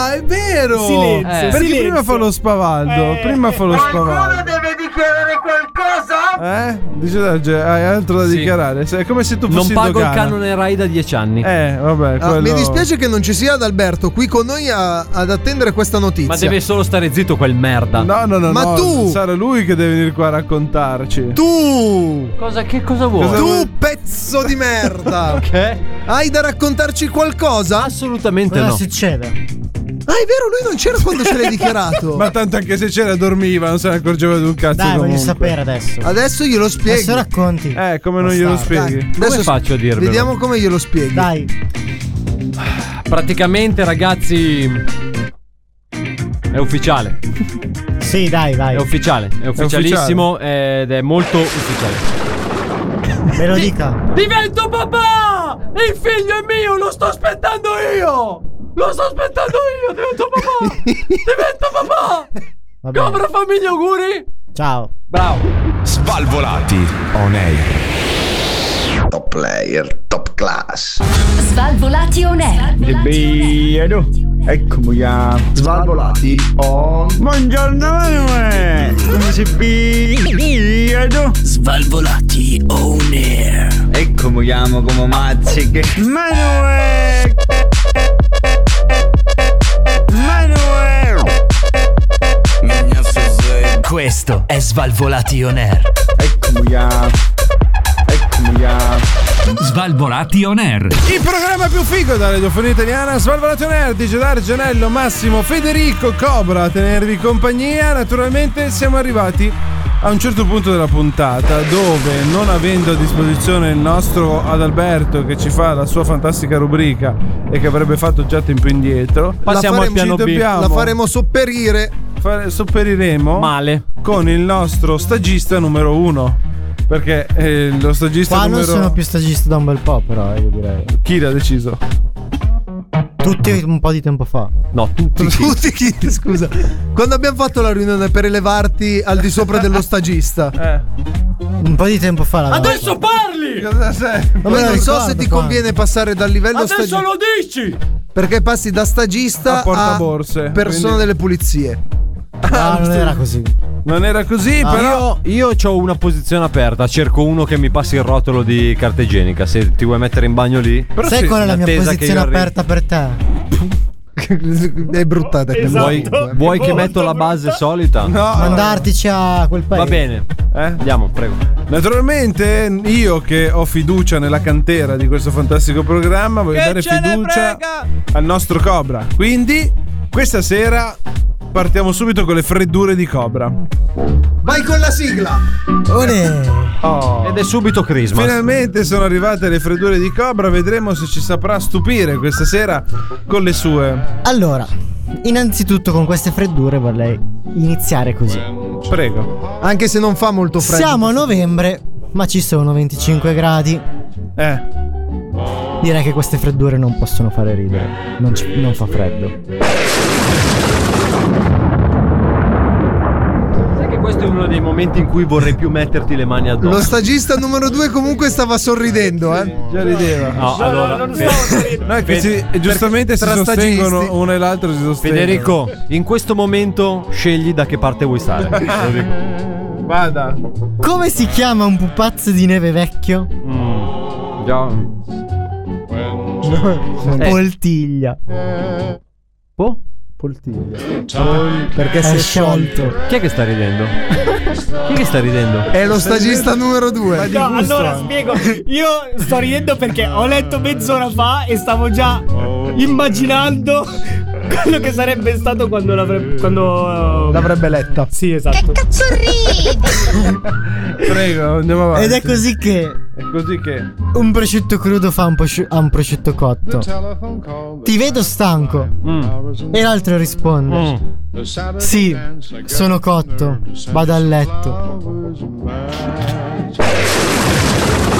Speaker 6: Ah, è vero!
Speaker 22: Silenzio,
Speaker 6: Eh. Perché
Speaker 22: silenzio.
Speaker 6: prima fa lo spavaldo,
Speaker 22: Eh.
Speaker 6: prima fa lo
Speaker 23: Qualcuno
Speaker 6: spavaldo.
Speaker 23: deve dichiarare qualcosa?
Speaker 6: Eh? Dice Darge, hai altro da
Speaker 7: Sì.
Speaker 6: dichiarare? Sei- È come se tu
Speaker 7: Non
Speaker 6: fossi in
Speaker 7: pago il
Speaker 6: dogana.
Speaker 7: canone Rai da dieci anni.
Speaker 6: Eh, vabbè,
Speaker 3: Ah,
Speaker 6: quello...
Speaker 3: Mi dispiace che non ci sia Adalberto qui con noi a- ad attendere questa notizia.
Speaker 7: Ma deve solo stare zitto quel merda.
Speaker 6: No, no, no,
Speaker 3: Ma
Speaker 6: no,
Speaker 3: tu-
Speaker 6: sarà lui che deve venire qua a raccontarci.
Speaker 3: Tu!
Speaker 7: Cosa, che cosa vuoi?
Speaker 6: Cosa vuoi?
Speaker 3: Tu pezzo di merda!
Speaker 7: Ok.
Speaker 3: Hai da raccontarci qualcosa?
Speaker 7: Assolutamente
Speaker 9: Cosa
Speaker 7: no.
Speaker 9: succede?
Speaker 3: Ah, è vero, lui non c'era quando ce l'hai dichiarato.
Speaker 6: Ma tanto anche se c'era dormiva, non se ne accorgeva di un cazzo
Speaker 9: Dai, voglio
Speaker 6: comunque.
Speaker 9: sapere adesso.
Speaker 3: Adesso glielo spieghi.
Speaker 9: Adesso racconti.
Speaker 6: Eh, come non glielo
Speaker 9: Bastardo.
Speaker 6: spieghi?
Speaker 3: Adesso
Speaker 7: Come faccio a dirvelo?
Speaker 3: Vediamo come glielo spieghi.
Speaker 9: Dai.
Speaker 7: Praticamente, ragazzi. È ufficiale.
Speaker 9: Sì, dai,
Speaker 7: È
Speaker 9: vai.
Speaker 7: ufficiale. È ufficialissimo ed è molto ufficiale.
Speaker 9: Me lo dica.
Speaker 7: Divento papà! Il figlio è mio, lo sto aspettando io! Lo sto aspettando io, divento papà! divento papà!
Speaker 9: Va bene.
Speaker 7: Cobra fammi gli auguri!
Speaker 9: Ciao.
Speaker 7: Bravo!
Speaker 24: Svalvolati on air.
Speaker 25: Top player, top class.
Speaker 26: Svalvolati on air.
Speaker 27: Biedo, eccomi qua. Svalvolati on. Buongiorno Manuel. Come si biedo? Svalvolati on air. Eccomi chiamo come mazziche. Manuel. Manuel.
Speaker 1: Questo è Svalvolati On Air.
Speaker 27: Eccomi qua. Eccomi qua.
Speaker 1: Svalvolati On Air.
Speaker 6: Il programma più figo della radiofonia italiana Svalvolato Nerd, dice Dargenello, Massimo, Federico, Cobra a tenervi compagnia Naturalmente siamo arrivati a un certo punto della puntata Dove non avendo a disposizione il nostro Adalberto Che ci fa la sua fantastica rubrica E che avrebbe fatto già tempo indietro
Speaker 7: Passiamo
Speaker 6: la
Speaker 7: al
Speaker 6: faremo-
Speaker 7: piano
Speaker 6: ci
Speaker 7: B.
Speaker 6: dobbiamo-
Speaker 3: La faremo sopperire.
Speaker 6: fare- sopperiremo
Speaker 7: Male.
Speaker 6: Con il nostro stagista numero uno Perché eh, lo stagista
Speaker 9: Qua non
Speaker 6: numero
Speaker 9: sono più stagista da un bel po', però, eh, io direi.
Speaker 6: Chi l'ha deciso?
Speaker 9: Tutti un po' di tempo fa.
Speaker 7: No, tutti.
Speaker 3: Tutti chi? Scusa. Quando abbiamo fatto la riunione per elevarti al di sopra dello stagista.
Speaker 9: Un po' di tempo fa la
Speaker 7: Adesso parli!
Speaker 6: Cosa sei?
Speaker 3: Poi
Speaker 9: me lo
Speaker 3: non so
Speaker 9: ricordo
Speaker 3: se ti
Speaker 9: qua.
Speaker 3: conviene passare dal livello
Speaker 7: Adesso
Speaker 3: stagista.
Speaker 7: lo dici!
Speaker 3: Perché passi da stagista
Speaker 6: A portaborse,
Speaker 3: persona
Speaker 6: quindi-
Speaker 3: delle pulizie.
Speaker 9: Ah, non era così.
Speaker 6: Non era così però
Speaker 2: Io, io ho una posizione aperta, cerco uno che mi passi il rotolo di carta igienica. Se ti vuoi mettere in bagno lì,
Speaker 6: Però
Speaker 9: Sai
Speaker 6: sì,
Speaker 9: qual è la mia
Speaker 2: l'attesa che
Speaker 9: posizione
Speaker 2: io arrivi.
Speaker 9: aperta per te?
Speaker 3: È brutta te.
Speaker 2: vuoi, vuoi che metto la base solita?
Speaker 6: Esatto. No,
Speaker 9: Mandartici a quel paese.
Speaker 2: Va bene,
Speaker 6: Eh?
Speaker 2: andiamo, prego.
Speaker 6: Naturalmente io che ho fiducia nella cantera di questo fantastico programma voglio dare fiducia al nostro Cobra. Quindi questa sera partiamo subito con le freddure di Cobra.
Speaker 3: Vai con la sigla.
Speaker 9: Olè.
Speaker 6: Oh.
Speaker 2: Ed è subito Christmas.
Speaker 6: Finalmente sono arrivate le freddure di Cobra, vedremo se ci saprà stupire questa sera con le sue.
Speaker 9: Allora, innanzitutto con queste freddure vorrei iniziare così.
Speaker 6: Prego.
Speaker 3: Anche se non fa molto freddo.
Speaker 9: Siamo a novembre, ma ci sono 25 gradi.
Speaker 6: Eh.
Speaker 9: Direi che queste freddure non possono fare ridere. Non, ci- non fa freddo.
Speaker 7: Sai che questo è uno dei momenti in cui vorrei più metterti le mani addosso.
Speaker 3: Lo stagista numero due comunque stava sorridendo, eh.
Speaker 6: Già rideva.
Speaker 7: No, allora,
Speaker 6: No, è che si- e giustamente si
Speaker 7: tra
Speaker 6: sostengono
Speaker 7: stagisti.
Speaker 6: uno e l'altro si sostengono.
Speaker 7: Federico, in questo momento scegli da che parte vuoi stare. Te lo dico.
Speaker 28: *laughs*
Speaker 6: Vada.
Speaker 9: Come si chiama un pupazzo di neve vecchio? *laughs*
Speaker 6: Già.
Speaker 9: Eh. Poltiglia.
Speaker 7: Po?
Speaker 9: Poltiglia.
Speaker 3: Perché
Speaker 7: È
Speaker 3: si è sciolto.
Speaker 7: Chi è che sta ridendo? Chi è che sta ridendo?
Speaker 3: È lo stagista numero due.
Speaker 28: No, allora spiego. Io sto ridendo perché ho letto mezz'ora fa e stavo già
Speaker 3: Oh.
Speaker 28: immaginando *laughs* quello che sarebbe stato quando l'avrebbe. Quando. eh,
Speaker 3: L'avrebbe letta.
Speaker 28: Sì, esatto.
Speaker 29: Cazzo
Speaker 6: Prego, andiamo avanti.
Speaker 7: ecco-
Speaker 9: Ed è così che
Speaker 6: È così che.
Speaker 9: un prosciutto crudo fa un, prosci- a un prosciutto cotto. Ti vedo stanco.
Speaker 3: Mm.
Speaker 9: E l'altro risponde. Sì, sono cotto. Vado a letto.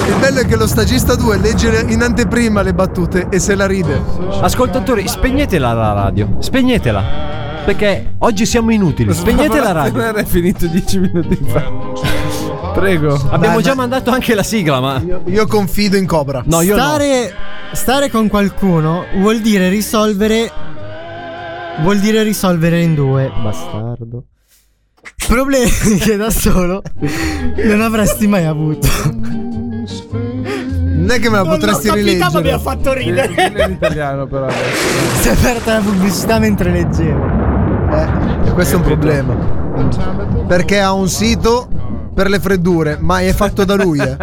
Speaker 3: Il bello è che lo stagista 2 legge le- in anteprima le battute e se la ride.
Speaker 7: Ascoltatori, spegnetela la radio. Spegnetela. Perché oggi siamo inutili. Spegnete la
Speaker 28: *laughs*
Speaker 7: radio.
Speaker 6: Era finito 10 minuti fa. Prego.
Speaker 7: Abbiamo già mandato anche la sigla, ma.
Speaker 3: Io confido in Cobra.
Speaker 7: No, io no.
Speaker 9: stare, stare con qualcuno vuol dire risolvere. Vuol dire risolvere in due. Bastardo. Problemi *laughs* che da solo non avresti mai avuto.
Speaker 3: Non è che me la potresti rileggere.
Speaker 9: fatto
Speaker 6: Dillo in italiano,
Speaker 7: *laughs*
Speaker 6: però. adesso.
Speaker 9: Si è aperta la pubblicità mentre leggevo.
Speaker 3: E questo è un problema. Perché ha un sito per le freddure, ma è fatto da lui. eh.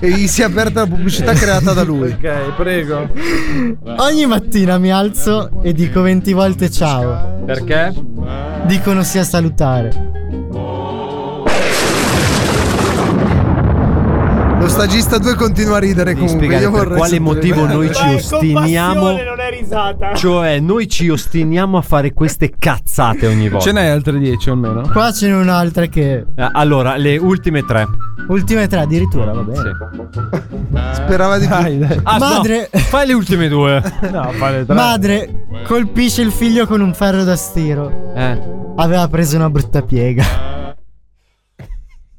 Speaker 3: E gli si è aperta la pubblicità creata da lui.
Speaker 6: Ok, prego.
Speaker 9: Ogni mattina mi alzo e dico 20 volte ciao.
Speaker 6: Perché?
Speaker 9: Dicono sia salutare.
Speaker 3: Lo stagista 2 continua a ridere
Speaker 7: Devi
Speaker 3: comunque.
Speaker 7: spiegare
Speaker 3: Io
Speaker 7: per
Speaker 3: vorrei
Speaker 7: quale
Speaker 3: sapere.
Speaker 7: motivo noi ci
Speaker 28: Ma è
Speaker 7: ostiniamo.
Speaker 28: compassione, non è risata.
Speaker 7: Cioè, noi ci ostiniamo a fare queste cazzate ogni volta.
Speaker 6: Ce n'hai altre 10 almeno?
Speaker 9: Qua ce n'è un'altra che.
Speaker 7: Eh, Allora, le ultime tre.
Speaker 9: Ultime tre addirittura, va bene.
Speaker 3: Sperava di più. *laughs*
Speaker 7: Ah, no,
Speaker 9: Madre-
Speaker 7: fai le ultime due. No, fai le
Speaker 9: Madre colpisce il figlio con un ferro da stiro.
Speaker 7: Eh.
Speaker 9: Aveva preso una brutta piega.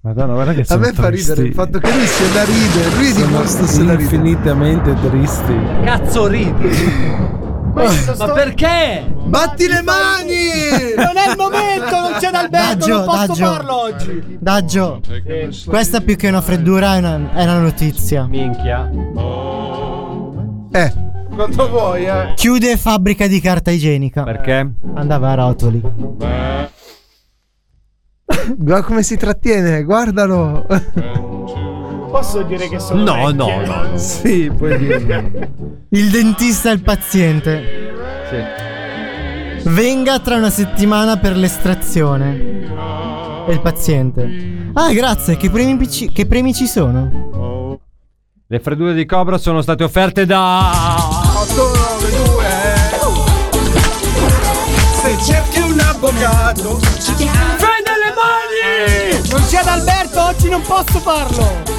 Speaker 6: Madonna, guarda che
Speaker 3: A
Speaker 6: sono
Speaker 3: me fa ridere il fatto che lui se la ride. Lui di questo se la ride.
Speaker 6: infinitamente tristi.
Speaker 7: Cazzo ridi. *laughs* Ma perché?
Speaker 3: Batti le mani!
Speaker 28: Non è il momento, non c'è Alberto,
Speaker 9: Daggio,
Speaker 28: non posso
Speaker 9: daggio.
Speaker 28: farlo oggi.
Speaker 9: Daggio, questa più che una freddura è una, è una notizia.
Speaker 7: Minchia.
Speaker 3: Eh,
Speaker 6: Quanto vuoi, eh?
Speaker 9: Chiude fabbrica di carta igienica.
Speaker 7: Perché?
Speaker 9: Andava a rotoli.
Speaker 3: guarda come si trattiene, guardalo.
Speaker 28: Posso dire che sono.
Speaker 7: No, no,
Speaker 28: vecchie?
Speaker 7: no.
Speaker 6: Sì, puoi dirlo.
Speaker 9: Il dentista e il paziente. Venga tra una settimana per l'estrazione. E il paziente. Ah, grazie, che premi, ci- che premi ci sono?
Speaker 7: Le freddure di Cobra sono state offerte da.
Speaker 6: 892 Se cerchi un avvocato
Speaker 30: Prende le mani!
Speaker 28: Non c'è Alberto, oggi non posso farlo.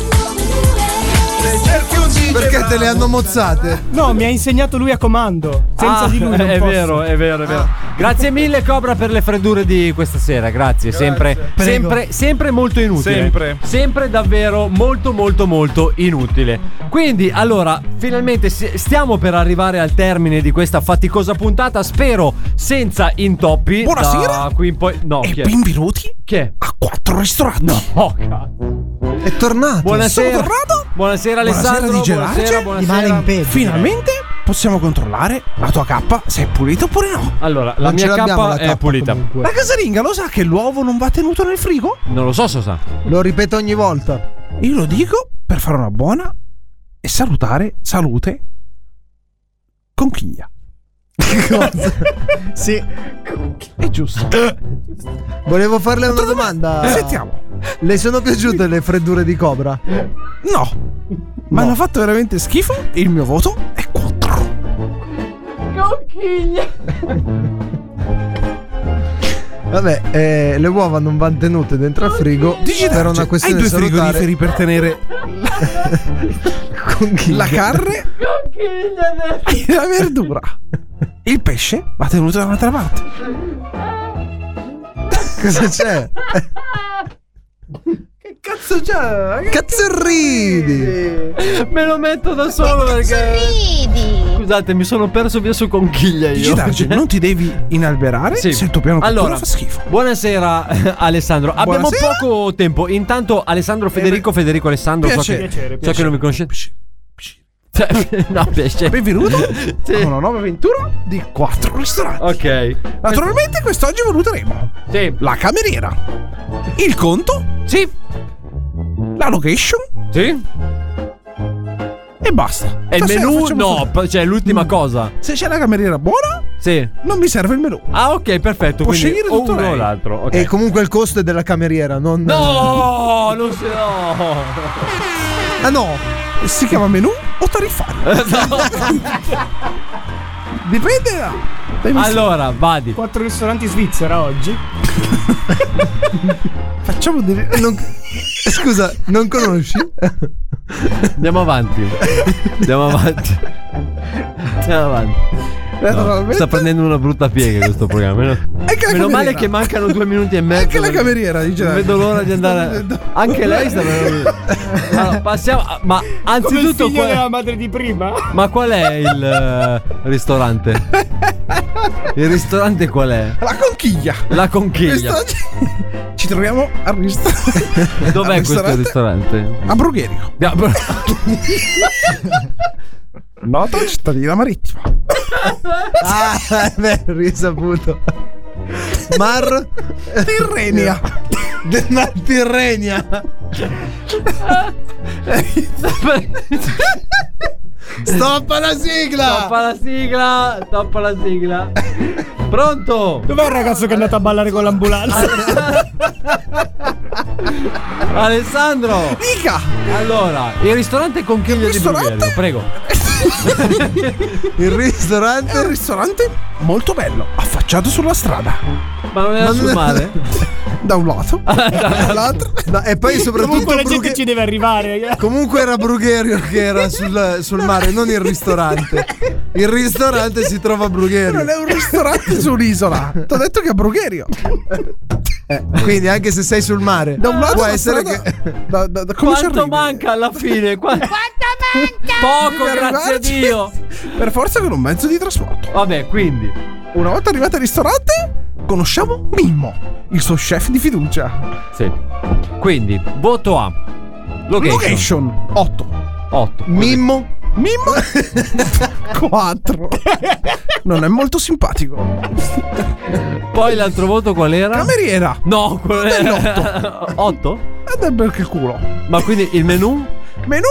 Speaker 6: Se cerchi un DJ
Speaker 3: Perché te le hanno mozzate?
Speaker 28: No, mi ha insegnato lui a comando. Senza
Speaker 7: Ah,
Speaker 28: di lui non
Speaker 7: è
Speaker 28: posso. Ah.
Speaker 7: vero, è vero, è vero. Grazie mille Cobra per le freddure di questa sera, grazie, sempre,
Speaker 9: Prego.
Speaker 7: sempre, sempre molto inutile.
Speaker 6: Sempre.
Speaker 7: Sempre davvero molto molto molto inutile. Quindi allora, finalmente si- stiamo per arrivare al termine di questa faticosa puntata, spero senza intoppi.
Speaker 1: Buonasera.
Speaker 7: Da qui in poi... No,
Speaker 1: E
Speaker 7: chi è?
Speaker 1: benvenuti
Speaker 7: Chi è?
Speaker 1: a quattro ristoranti.
Speaker 7: Oh, cazzo.
Speaker 3: È tornato.
Speaker 7: Buonasera.
Speaker 1: Sono tornato.
Speaker 7: Buonasera Alessandro.
Speaker 1: di Gerardo.
Speaker 7: buonasera,
Speaker 9: Di male
Speaker 7: buonasera.
Speaker 9: in peggio.
Speaker 1: Finalmente possiamo controllare la tua cappa se è pulita oppure no.
Speaker 7: Allora, la
Speaker 3: Non ce
Speaker 7: mia
Speaker 3: l'abbiamo
Speaker 7: cappa
Speaker 3: la
Speaker 7: è
Speaker 3: K
Speaker 7: pulita.
Speaker 3: comunque.
Speaker 1: La casalinga lo sa che l'uovo non va tenuto nel frigo?
Speaker 7: Non lo so, se lo sa.
Speaker 3: Lo ripeto ogni volta.
Speaker 1: Io lo dico per fare una buona e salutare, salute, conchiglia.
Speaker 9: Sì.
Speaker 1: È giusto.
Speaker 3: Volevo farle una domanda.
Speaker 1: Sentiamo.
Speaker 3: Le sono piaciute le freddure di Cobra?
Speaker 1: No. Ma hanno fatto veramente schifo. Il mio voto è 4.
Speaker 30: Conchiglia!
Speaker 17: Vabbè, eh, le uova non vanno tenute dentro al frigo. per
Speaker 1: cioè,
Speaker 17: una
Speaker 6: cioè, hai
Speaker 17: questione
Speaker 6: due
Speaker 17: salutare.
Speaker 6: frigoriferi per tenere la carne e
Speaker 1: *laughs*
Speaker 6: la verdura. Il pesce va tenuto da un'altra parte.
Speaker 17: Cosa c'è?
Speaker 19: Che cazzo c'è?
Speaker 17: Cazzo ridi?
Speaker 19: Me lo metto da solo perché. ridi?
Speaker 7: Scusate, mi sono perso via su conchiglia io. Cioè
Speaker 6: Digitarci, non ti devi inalberare
Speaker 7: Sì.
Speaker 6: se il tuo piano cultura
Speaker 7: allora,
Speaker 6: fa schifo.
Speaker 7: Buonasera eh, Alessandro. Abbiamo
Speaker 6: Buonasera. Eh,
Speaker 7: poco tempo. Intanto Alessandro Federico, Federico Alessandro,
Speaker 6: Piacere,
Speaker 7: so che,
Speaker 6: piacere,
Speaker 7: so
Speaker 6: piacere.
Speaker 7: che non mi conosce. Cioè, *laughs* no, piacere.
Speaker 6: Benvenuto
Speaker 7: Sì.
Speaker 6: a una nuova avventura di quattro ristoranti.
Speaker 7: Ok.
Speaker 6: Naturalmente quest'oggi valuteremo
Speaker 7: Sì.
Speaker 6: la cameriera, il conto,
Speaker 7: sì.
Speaker 6: la location
Speaker 7: Sì.
Speaker 6: e basta.
Speaker 7: E il
Speaker 6: Stasera
Speaker 7: menù
Speaker 6: facciamo
Speaker 7: no,
Speaker 6: solo-
Speaker 7: p- cioè l'ultima cosa.
Speaker 6: Mm. Se c'è la cameriera buona,
Speaker 7: Sì.
Speaker 6: non mi serve il menù.
Speaker 7: Ah, ok, perfetto.
Speaker 6: Può
Speaker 7: quindi
Speaker 6: scegliere
Speaker 7: o
Speaker 6: tutto
Speaker 7: uno
Speaker 6: lei.
Speaker 7: o l'altro. ok.
Speaker 17: E comunque il costo è della cameriera, non.
Speaker 7: No, non si no.
Speaker 17: Ah no!
Speaker 6: Si chiama menù o tariffario? Dipende da. dai mesi-
Speaker 7: Allora, vadi.
Speaker 9: Quattro ristoranti svizzera oggi.
Speaker 6: Facciamo delle.
Speaker 17: Non- Scusa, non conosci?
Speaker 7: Andiamo avanti. Andiamo avanti. Andiamo avanti. No,
Speaker 6: Naturalmente-
Speaker 7: sta prendendo una brutta piega questo programma. Meno,
Speaker 6: Anche la
Speaker 7: meno male
Speaker 6: cameriera.
Speaker 7: che mancano due minuti e mezzo.
Speaker 6: Anche la cameriera di
Speaker 7: Non
Speaker 6: Gerardo.
Speaker 7: vedo l'ora di andare. Anche lei
Speaker 6: *laughs*
Speaker 7: sta venendo. Allora, passiamo. a- Ma
Speaker 9: Come il
Speaker 7: anzitutto,
Speaker 9: figlio della
Speaker 7: qual,
Speaker 9: madre di prima.
Speaker 7: ma qual è il eh, ristorante? Il ristorante qual è?
Speaker 6: La conchiglia.
Speaker 7: La conchiglia.
Speaker 6: Quest'oggi ci troviamo al ristorante.
Speaker 7: *laughs* Dov'è
Speaker 6: al
Speaker 7: questo ristorante?
Speaker 6: A Brugherico, *laughs*
Speaker 7: No, però-
Speaker 6: nota cittadina marittima.
Speaker 17: Ah, è vero, risaputo. Mar
Speaker 6: Tirrenia.
Speaker 17: del Mar Tirrenia. Stoppa la sigla!
Speaker 7: Toppa la sigla. Toppa la sigla. Pronto?
Speaker 9: Dov'è il ragazzo che è andato a ballare con l'ambulanza?
Speaker 7: *laughs* Alessandro!
Speaker 6: Dica!
Speaker 7: Allora, il ristorante Conchiglia di
Speaker 6: ristorante?
Speaker 7: Brughello, prego.
Speaker 17: Il
Speaker 6: È un
Speaker 17: ristorante
Speaker 6: ristorante molto bello, affacciato sulla strada.
Speaker 7: Ma non era sul mare?
Speaker 6: Da un lato, dall'altro.
Speaker 17: No, e poi soprattutto
Speaker 9: Comunque la gente
Speaker 17: Brughe-
Speaker 9: ci deve arrivare.
Speaker 17: Comunque era Brugherio che era sul, sul mare, non il ristorante. Il ristorante si trova a Brugherio.
Speaker 6: Non è un ristorante su un'isola. Ti ho detto che è a Brugherio.
Speaker 17: Eh, Quindi anche se sei sul mare,
Speaker 6: Da un lato
Speaker 17: può
Speaker 6: la
Speaker 17: essere
Speaker 6: strada-
Speaker 17: che...
Speaker 6: Da, da, da- come ci
Speaker 7: Quanto
Speaker 6: arrivi?
Speaker 7: manca alla fine? Qua- Poco,
Speaker 6: Devi
Speaker 7: grazie a
Speaker 6: arrivarci
Speaker 7: Dio.
Speaker 6: Per forza con un mezzo di trasporto.
Speaker 7: Vabbè, quindi.
Speaker 6: Una volta arrivati al ristorante, conosciamo Mimmo, il suo chef di fiducia.
Speaker 7: Sì. Quindi, voto A. Location.
Speaker 6: Location 8.
Speaker 7: 8.
Speaker 17: Mimmo.
Speaker 6: Mimmo
Speaker 17: *laughs*
Speaker 6: 4. Non è molto simpatico.
Speaker 7: Poi l'altro voto qual era?
Speaker 6: Cameriera.
Speaker 7: No, quello era *laughs* 8.
Speaker 6: Ed è bel che culo.
Speaker 7: Ma quindi il menù?
Speaker 6: Menù?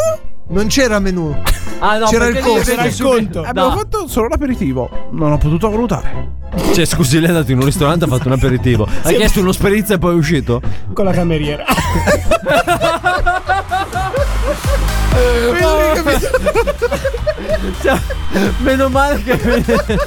Speaker 17: Non c'era menù.
Speaker 7: Ah no,
Speaker 17: C'era
Speaker 7: perché
Speaker 17: il
Speaker 7: lì
Speaker 17: costo.
Speaker 7: c'era il conto.
Speaker 6: Abbiamo fatto solo l'aperitivo. Non ho potuto valutare.
Speaker 7: Cioè, scusi, lei è andato in un ristorante ha fatto un aperitivo. Ha chiesto uno sperizia e poi è uscito?
Speaker 9: Con la
Speaker 7: *laughs*
Speaker 9: cameriera.
Speaker 7: Cioè, meno male che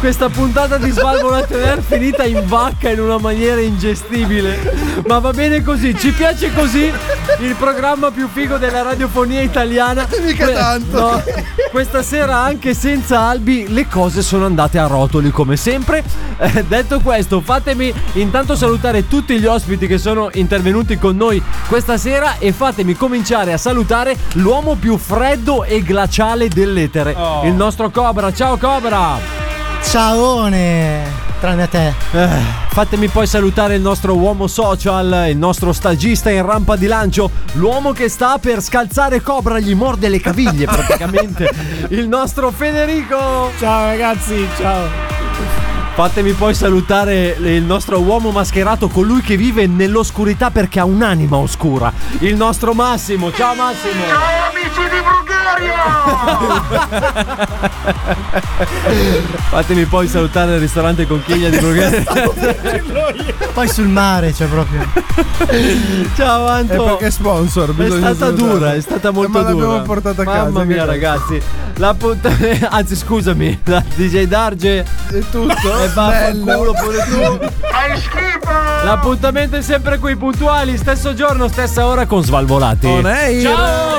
Speaker 7: questa puntata di Svalvolato Air finita in vacca in una maniera ingestibile. Ma va bene così, ci piace così il programma più figo della radiofonia italiana.
Speaker 6: *laughs* Mica
Speaker 7: Que-
Speaker 6: tanto.
Speaker 7: no, questa sera anche senza Albi le cose sono andate a rotoli come sempre. Eh, detto questo, fatemi intanto salutare tutti gli ospiti che sono intervenuti con noi questa sera e fatemi cominciare a salutare l'uomo più freddo e glaciale dell'etere,
Speaker 6: Oh.
Speaker 7: il nostro Cobra. Ciao Cobra!
Speaker 18: Ciaone! Tranne a te.
Speaker 7: Eh, fatemi poi salutare il nostro uomo social, il nostro stagista in rampa di lancio, l'uomo che sta per scalzare Cobra, gli morde le caviglie praticamente, il nostro Federico.
Speaker 9: ciao ragazzi, ciao.
Speaker 7: Fatemi poi salutare il nostro uomo mascherato, colui che vive nell'oscurità perché ha un'anima oscura, il nostro Massimo. Ciao Massimo.
Speaker 31: Ciao amici di Brugherio!
Speaker 3: *laughs*
Speaker 7: Fatemi poi salutare il ristorante Conchiglia di Brughera.
Speaker 18: Poi sul mare, cioè proprio.
Speaker 7: Ciao Anto.
Speaker 6: È perché è sponsor.
Speaker 7: È
Speaker 6: bisogna
Speaker 7: stata
Speaker 6: salutare.
Speaker 7: dura, è stata molto
Speaker 6: Ma
Speaker 7: dura.
Speaker 6: l'abbiamo portata a casa.
Speaker 7: Mamma
Speaker 6: che
Speaker 7: mia,
Speaker 6: cosa?
Speaker 7: ragazzi. La punta- *laughs* Anzi, scusami, la DJ Darge. È tutto. E vaffanculo pure tu.
Speaker 19: Fai schifo!
Speaker 7: L'appuntamento è sempre qui, puntuali, stesso giorno, stessa ora con Svalvolati.
Speaker 19: On air.
Speaker 7: Ciao!